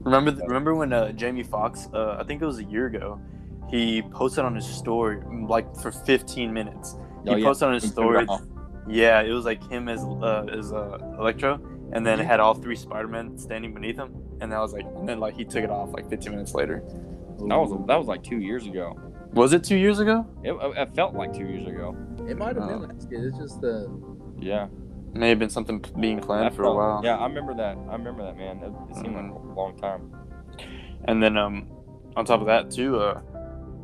Remember, th- remember when uh, Jamie Foxx, uh, I think it was a year ago, he posted on his story mm, like for 15 minutes. He
Oh, yeah.
posted on his story. Yeah, it was like him as uh, as uh, Electro, and
Mm-hmm.
then it had all three Spider Men standing beneath him, and that was like, and then like he took it off like 15 minutes later.
That was that was like two years ago.
Was it two years ago?
It, it felt like two years ago.
It might have
Uh,
been last year. It's just the
Yeah,
may have been something p- being planned
I
for a
felt-
while. Mm-hmm.
Yeah, I remember that. I remember that, man. It, it seemed like a long time.
And then um, on top of that too, uh,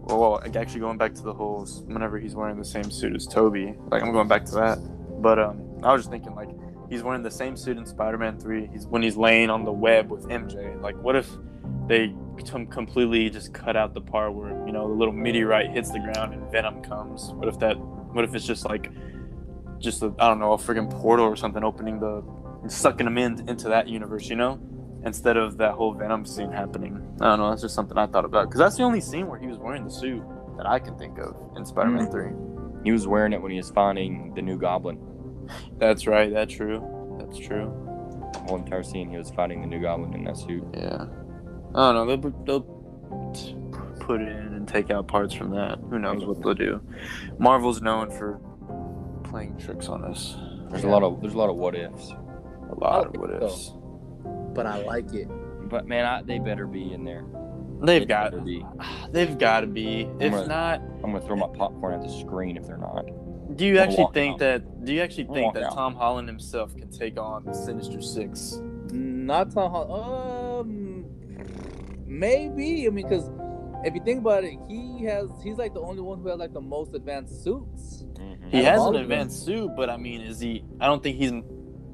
well, well, like, actually going back to the whole s- whenever he's wearing the same suit as Toby, like I'm going back to that. But um, I was just thinking like he's wearing the same suit in Spider-Man Three. He's when he's laying on the web with MJ. Like what if they com- completely just cut out the part where you know the little meteorite hits the ground and Venom comes? What if that? What if it's just like just a, I don't know a freaking portal or something opening the sucking them in into that universe, you know? Instead of that whole Venom scene happening. I don't know. That's just something I thought about because that's the only scene where he was wearing the suit that I can think of in Spider-Man Three.
He was wearing it when he was finding the new Goblin.
That's right. That's true. That's true.
The whole entire scene, he was fighting the new Goblin in that suit.
Yeah. I don't know. They'll, put- they'll t- put in and take out parts from that. Who knows what they'll do? Marvel's known for playing tricks on us.
There's a lot of there's a lot of what ifs.
A lot of what ifs.
But I like it.
But man, I, they better be in there. They
They've got.
better be.
They've got to be. If
Right.
not,
I'm gonna throw my popcorn at the screen if they're not.
Do you
I'm
actually
walking
think
out.
that? Do you actually
I'm
think
walking
that
out.
Tom Holland himself can take on the Sinister Six?
Not Tom Holland. Um, maybe. I mean, because if you think about it, he has. He's like the only one who has like the most advanced suits.
He
Out of
has
all
an
of them.
advanced suit, but I mean, is he? I don't think he's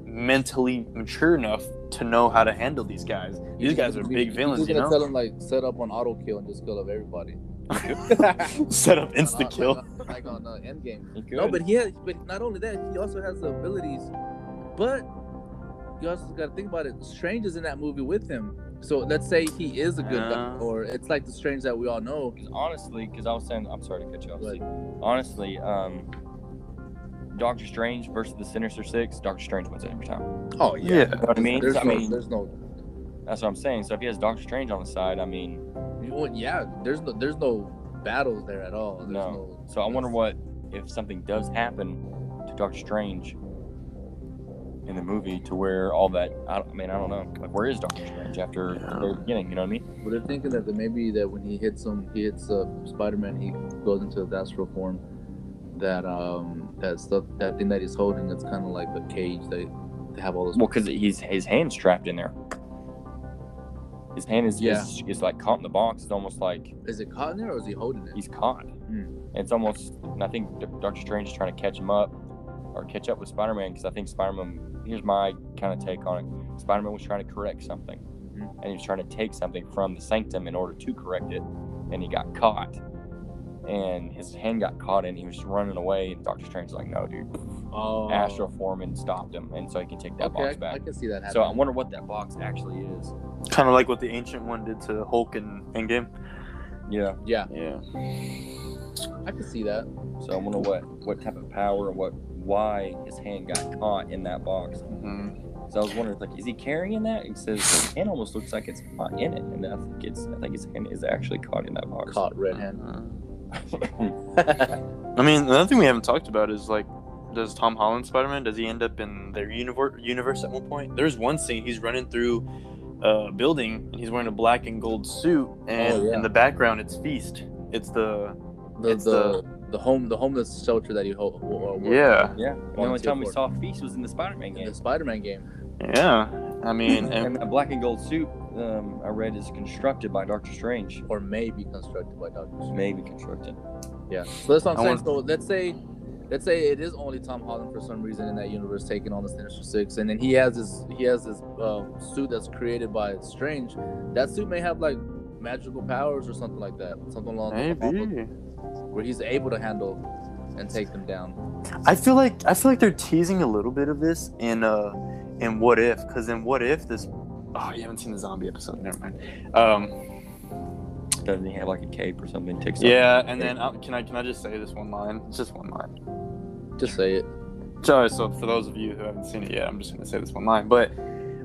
mentally mature enough to know how to handle these guys. These guys are
He's-
big
he's
villains, you
gonna tell
know.
him like set up on auto kill and just kill up everybody.
Set up insta kill.
Like on uh, Endgame.
He could.
No, but he has. But not only that, he also has the abilities. But you also got to think about it. Strange is in that movie with him. So let's say he is a good guy,
Uh.
or it's like the Strange that we all know.
'Cause honestly, because I was saying, I'm sorry to cut you off.
Like,
Steve. Honestly, um, Doctor Strange versus the Sinister Six, Doctor Strange wins it every time.
oh
Yeah.
You know what I mean?
There's
So, I
no,
mean,
there's no
that's what I'm saying. So if he has Doctor Strange on the side, I mean,
You want- yeah, there's no there's no battles there at all. There's
No.
no.
so I wonder what if something does happen to Doctor Strange in the movie to where all that. I, don't- I mean, I don't know. Like, where is Doctor Strange after
Yeah.
the very beginning? You know what I mean?
But they're thinking that, that maybe that when he hits him, he hits uh, Spider-Man, he goes into the astral form. That um that stuff that thing that he's holding that's kind of like a cage. They they have all those.
Well, because he's his hand's trapped in there. His hand is
Yeah.
is, is like caught in the box. It's almost like
is it caught in there or is he holding it?
he's caught.
Hmm.
It's almost, and I think D- Doctor Strange is trying to catch him up or catch up with Spider Man because I think Spider Man, here's my kind of take on it Spider Man was trying to correct something
Mhm.
and he was trying to take something from the sanctum in order to correct it, and he got caught. And his hand got caught and he was running away, and Doctor Strange's like, no, dude.
Oh,
Astro Foreman stopped him, and so he can take that
Okay,
box
I, I
back.
can see that happening.
so I wonder what that box actually is.
Kind of like what the Ancient One did to Hulk in Endgame.
Yeah.
yeah,
Yeah.
I can see that.
So I wonder what what type of power and what why his hand got caught in that box.
Mm-hmm.
So I was wondering, like, is he carrying that? It says his hand almost looks like it's caught in it, and I think it's, I think his hand is actually caught in that box.
Caught red-handed.
I mean, another thing we haven't talked about is like, does Tom Holland Spider Man does he end up in their universe universe at one point? There's one scene he's running through a building and he's wearing a black and gold suit, and
Oh, yeah.
in the background it's Feast. It's the
The,
It's
the the home the homeless shelter that he ho- wo- wo-
yeah
yeah. The
One,
only
two,
time we
four.
saw Feast was in the Spider-Man
in
game.
the Spider-Man game.
yeah. I mean,
And
and,
that black and gold suit, um, I read, is constructed by Doctor Strange.
Or may be constructed by Doctor Strange.
Maybe constructed.
Yeah. So that's what I'm
I
saying.
want-
So let's say, let's say it is only Tom Holland for some reason in that universe taking on the Sinister Six, and then he has this he has this uh, suit that's created by Strange. That suit may have like magical powers or something like that, something along along
maybe.
the- where he's able to handle and take them down.
I feel like I feel like they're teasing a little bit of this in uh in What If because in What If this oh you haven't seen the zombie episode never mind um
Doesn't he have like a cape or something? Takes off-
Yeah, and then uh, can I can I just say this one line? It's just one line.
Just say it.
So, so for those of you who haven't seen it yet, I'm just gonna say this one line. But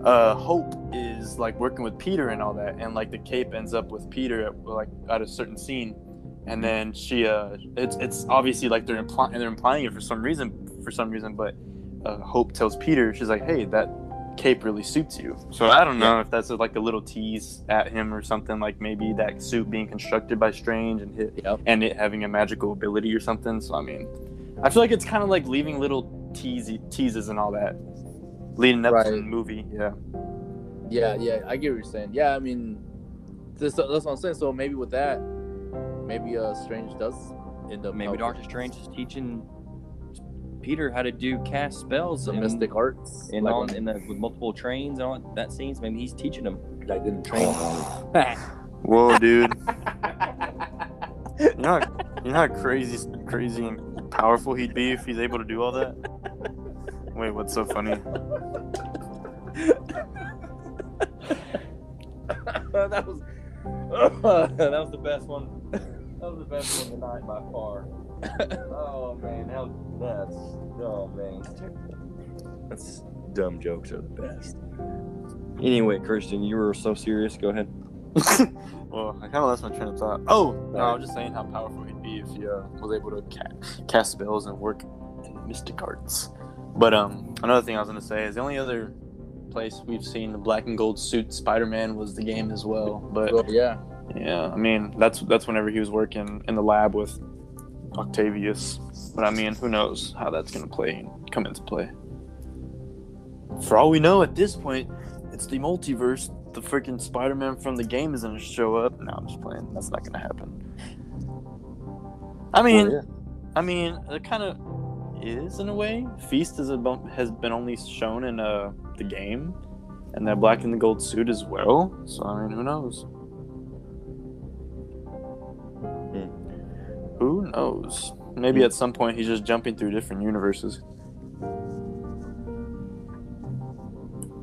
uh, Hope is like working with Peter and all that, and like the cape ends up with Peter at like at a certain scene, and then she uh, it's it's obviously like they're implying they're implying it for some reason for some reason, but uh, Hope tells Peter she's like, hey, that cape really suits you. So I don't know if that's like a little tease at him or something, like maybe that suit being constructed by Strange and hit
Yep.
and it having a magical ability or something. So I mean, I feel like it's kind of like leaving little tease, teases and all that, leading up to the
Right.
movie. Yeah,
Yeah, yeah, I get what you're saying. Yeah, I mean, this, that's what I'm saying. So maybe with that, maybe uh, Strange does end up
Maybe
helping.
Doctor Strange is teaching Peter how to do cast spells
the
and-
mystic arts
and
like,
on and the, with multiple trains and all that scenes. Maybe he's teaching him.
like in the train.
Whoa, dude. you're not, you know how crazy, crazy and powerful he'd be if he's able to do all that. Wait, what's so funny?
that was that was the best one. That was the best one tonight by far. oh man, that was, that's oh man, that's dumb jokes are the best. Anyway, Christian, you were so serious. Go ahead.
well, I kind of lost my train of thought. Oh, no, I was just saying how powerful he'd be if he uh, was able to ca- cast spells and work in the mystic arts. But um, another thing I was gonna say is the only other place we've seen the black and gold suit Spider-Man was the game as well. But
So, yeah,
yeah, I mean that's that's whenever he was working in the lab with Octavius. But I mean, who knows how that's gonna play and come into play. For all we know, at this point, it's the multiverse. The freaking Spider-Man from the game is gonna show up. No, I'm just playing. That's not gonna happen. I mean, I mean, it kind of is in a way. Feast is a bump, has been only shown in uh, the game, and that black and the gold suit as well. So I mean, who knows? Who knows? Maybe at some point he's just jumping through different universes.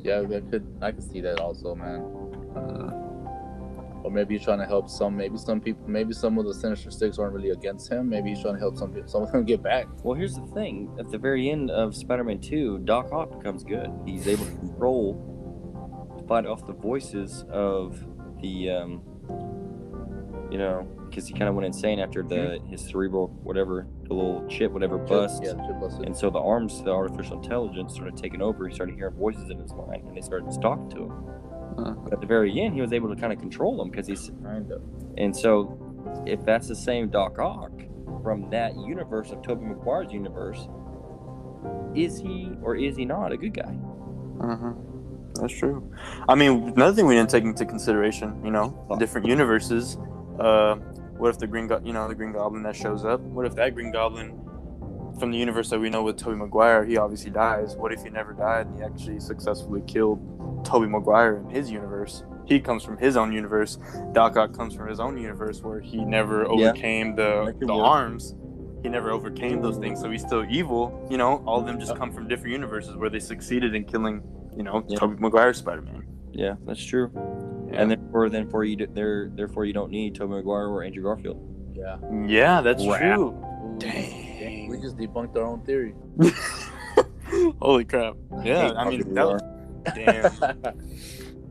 yeah, I could, I could see that also, man.
Uh,
Or maybe he's trying to help some, maybe some people, maybe some of the Sinister Six aren't really against him. Maybe he's trying to help some people, some of them get back.
Well, here's the thing: at the very end of Spider-Man Two, Doc Ock becomes good. He's able to control, fight off the voices of the, um, you know, because he kind of went insane after the his cerebral whatever, the little chip whatever bust,
Yeah, chip bust.
and so the arms, the artificial intelligence, started taking over. He started hearing voices in his mind, and they started talking to him.
Huh.
But at the very end, he was able to kind of control them because he's
Kind of.
and so, if that's the same Doc Ock from that universe of Tobey Maguire's universe, is he or is he not a good guy?
mhm. That's true. I mean, another thing we didn't take into consideration, you know, different universes. Uh, what if the green, go- you know, the Green Goblin that shows up? What if that Green Goblin from the universe that we know with Tobey Maguire, he obviously dies. What if he never died and he actually successfully killed Tobey Maguire in his universe? He comes from his own universe. Doc Ock comes from his own universe where he never
Yeah.
overcame
That
the,
could
the
work.
arms. He never overcame those things, so he's still evil. You know, all of them just come from different universes where they succeeded in killing, you know,
Yeah.
Tobey Maguire Spider Man.
Yeah, that's true. And therefore, then for you, there, therefore, you don't need Tobey Maguire or Andrew Garfield.
Yeah.
yeah, that's
Wow.
true.
Ooh,
Dang.
We just debunked our own theory.
Holy crap. Yeah,
hate
I mean,
Tobey
that damn.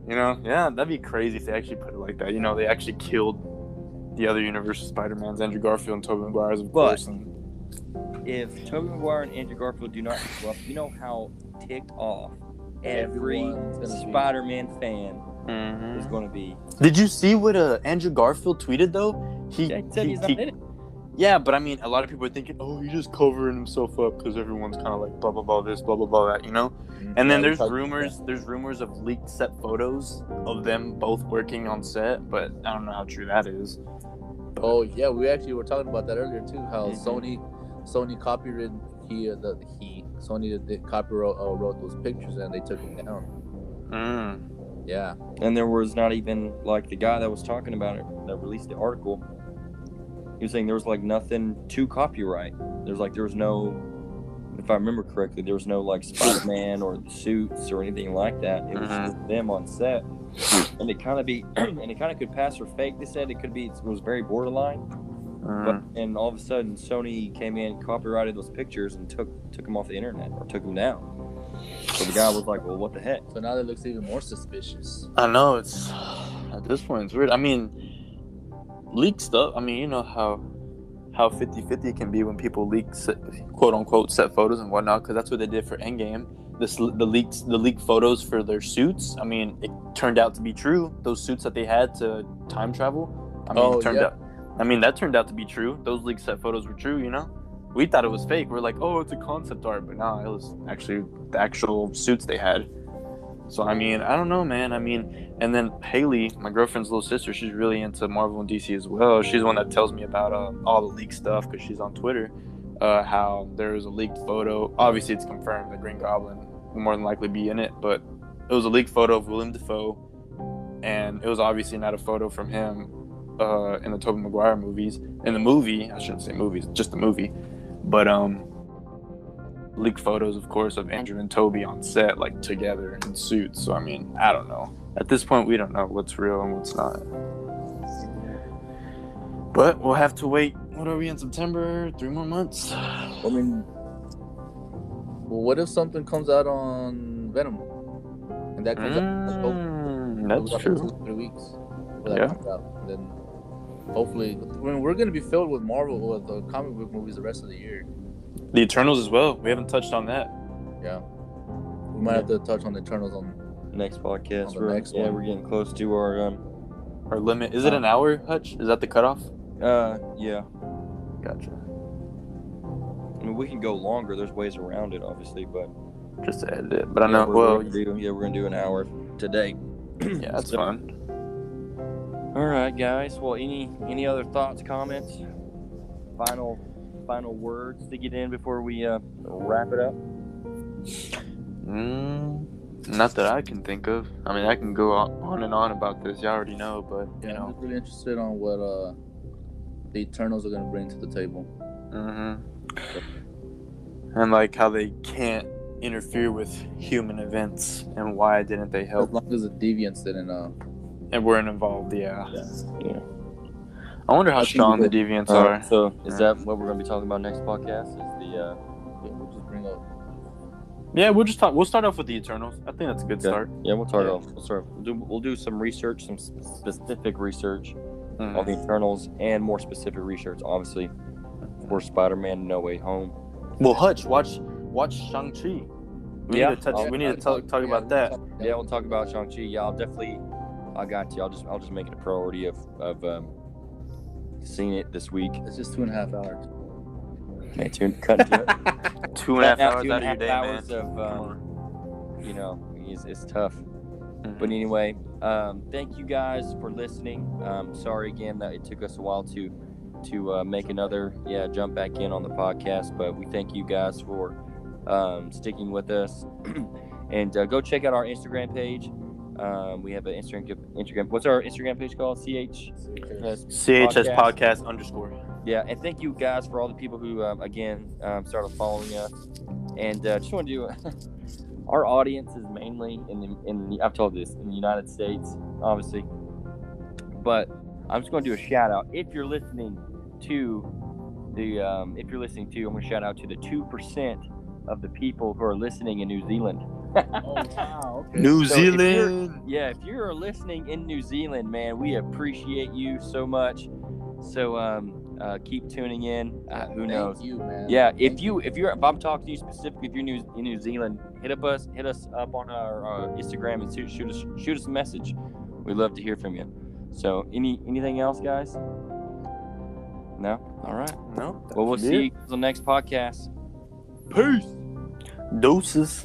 You know, yeah, that'd be crazy if they actually put it like that. You know, they actually killed the other universe of Spider-Man's Andrew Garfield and Tobey Maguire's, of
But-
course. And,
If Tobey Maguire and Andrew Garfield do not, well, you know how ticked off every
Everyone's gonna be-
Spider-Man fan is going to be.
Mm-hmm. Did you see what uh, Andrew Garfield tweeted though? He,
Yeah, he said
he-
he's not
he-
in it.
yeah, but I mean, a lot of people are thinking, oh, he's just covering himself up because everyone's kind of like blah blah blah this blah blah blah that, you know. And
Mm-hmm. Yeah,
then
we
there's
talked-
rumors, there's rumors of leaked set photos of them both working on set, but I don't know how true that is.
Oh yeah, we actually were talking about that earlier too. How
Mhm.
Sony, Sony copyrighted he uh, the he Sony did copyright uh, wrote those pictures and they took them down.
Mm.
Yeah,
and there was not even like the guy that was talking about it that released the article he was saying there was like nothing to copyright there's like there was no if i remember correctly there was no like spider-man or the suits or anything like that it was just them on set and it kind of be and it kind of could pass for fake they said it could be it was very borderline
Mm.
but, and all of a sudden sony came in copyrighted those pictures and took took them off the internet or took them down so the guy was like well what the heck
so now that looks even more suspicious.
I know it's at this point it's weird. I mean, leaked stuff. I mean, you know how how 50-50 it can be when people leak set, quote unquote set photos and whatnot because that's what they did for Endgame. This the leaked the leaked photos for their suits. I mean, it turned out to be true. Those suits that they had to time travel. I mean,
Oh,
it turned
yeah.
out. I mean, that turned out to be true. Those leaked set photos were true. You know. we thought it was fake. We're like, oh, it's a concept art, but no, it was actually the actual suits they had. So I mean, I don't know, man. I mean, and then Haley, my girlfriend's little sister, she's really into Marvel and DC as well. She's the one that tells me about um, all the leak stuff because she's on Twitter. Uh, how there was a leaked photo. Obviously, it's confirmed the Green Goblin will more than likely be in it, but it was a leaked photo of William Defoe, and it was obviously not a photo from him uh, in the Tobey Maguire movies. In the movie, I shouldn't say movies, just the movie, but um, leaked photos, of course, of Andrew and Toby on set, like together in suits. So I mean, I don't know. At this point, we don't know what's real and what's not. But we'll have to wait. What are we in September? Three more months.
I mean, well, what if something comes out on Venom, and that comes out? like, oh,
Mm,
it was
that's
out for
true.
two, Three weeks. for that
Yeah.
comes out. And then hopefully, I mean, we're gonna be filled with Marvel with the comic book movies the rest of the year.
The Eternals as well. We haven't touched on that.
Yeah. We might have to touch on the Eternals on.
Next
On
podcast.
the
We're,
next
yeah,
one.
we're getting close to our um.
Our limit is it an hour, Hutch? Is that the cutoff?
Uh, yeah.
Gotcha.
I mean, we can go longer. There's ways around it, obviously, but
Just to edit it. But I
yeah,
know.
we're, we're
Well,
gonna do, yeah, we're gonna do an hour today.
yeah, that's
So-
fun.
All right, guys. Well, any any other thoughts, comments, final final words to get in before we uh, wrap it up?
Mm, not that I can think of. I mean, I can go on on and on about this. Y'all already know, but you
Yeah, I'm
know.
just really interested on what uh the Eternals are gonna bring to the table.
Mm-hmm. And like how they can't interfere with human events and why didn't they
As
help?
long as the deviants didn't uh
And weren't involved. Yeah.
Yeah.
I uh, wonder how
I think
strong the
we-
deviants
All
are.
right. So, is that what we're gonna be talking about next podcast? Is the uh,
yeah, we'll just bring up
Yeah, we'll just talk. We'll start off with the Eternals. I think that's a good
Okay.
start.
yeah, we'll start
Yeah.
off. We'll start. We'll do, we'll do some research, some sp- specific research on
Mhm.
the internals, and more specific research, obviously, for Spider-Man No Way Home.
Well, Hutch, watch watch Shang Chi. We
Yeah.
need to touch.
Oh,
we need to talk, talk about that.
Yeah, we'll talk about Shang Chi. Yeah, I'll definitely. I got you. I'll just I'll just make it a priority of of um, seeing it this week.
It's just two and a half hours.
Okay, tune cut to it.
Two and a half
Cut out
hours
two
out
and
of your
a
day,
half
man.
hours of,
Come
um,
on.
you know, it's, it's tough.
Mhm.
But anyway, um, thank you guys for listening. Um, sorry again that it took us a while to to uh, make another yeah jump back in on the podcast, but we thank you guys for um, sticking with us. and uh, go check out our Instagram page. Um, we have an Instagram Instagram. What's our Instagram page called? CH.
Oh,
CHS
podcast.
podcast underscore.
Yeah, and thank you guys for all the people who um, again um, started following us, and uh, just want to do. our audience is mainly in the in the, I've told you this in the United States, obviously, but I'm just going to do a shout out. If you're listening to the um, if you're listening to, I'm going to shout out to the two percent of the people who are listening in New Zealand.
Oh wow, okay.
New
So if you're-
Zealand.
Yeah, if you're listening in New Zealand, man, we appreciate you so much. So um, uh, keep tuning in. Uh, who
Thank
knows?
you, man.
Yeah, if
Thank
you if you're if I'm talking to you specifically, if you're new in New Zealand, hit up us hit us up on our, uh Instagram and shoot, shoot us shoot us a message. We'd love to hear from you. So any anything else, guys? No. All right.
No.
Well, we'll see you on the next podcast.
Peace. Doses.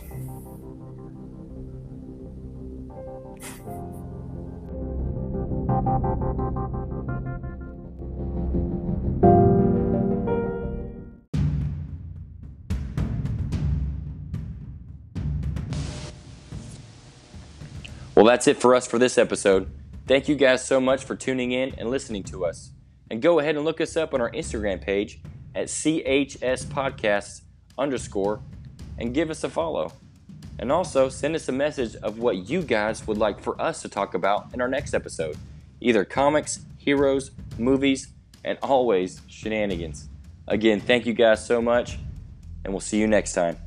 Well, that's it for us for this episode. Thank you guys so much for tuning in and listening to us. And go ahead and look us up on our Instagram page at CHS Podcasts underscore and give us a follow. And also send us a message of what you guys would like for us to talk about in our next episode either comics, heroes, movies, and always shenanigans. Again, thank you guys so much, and we'll see you next time.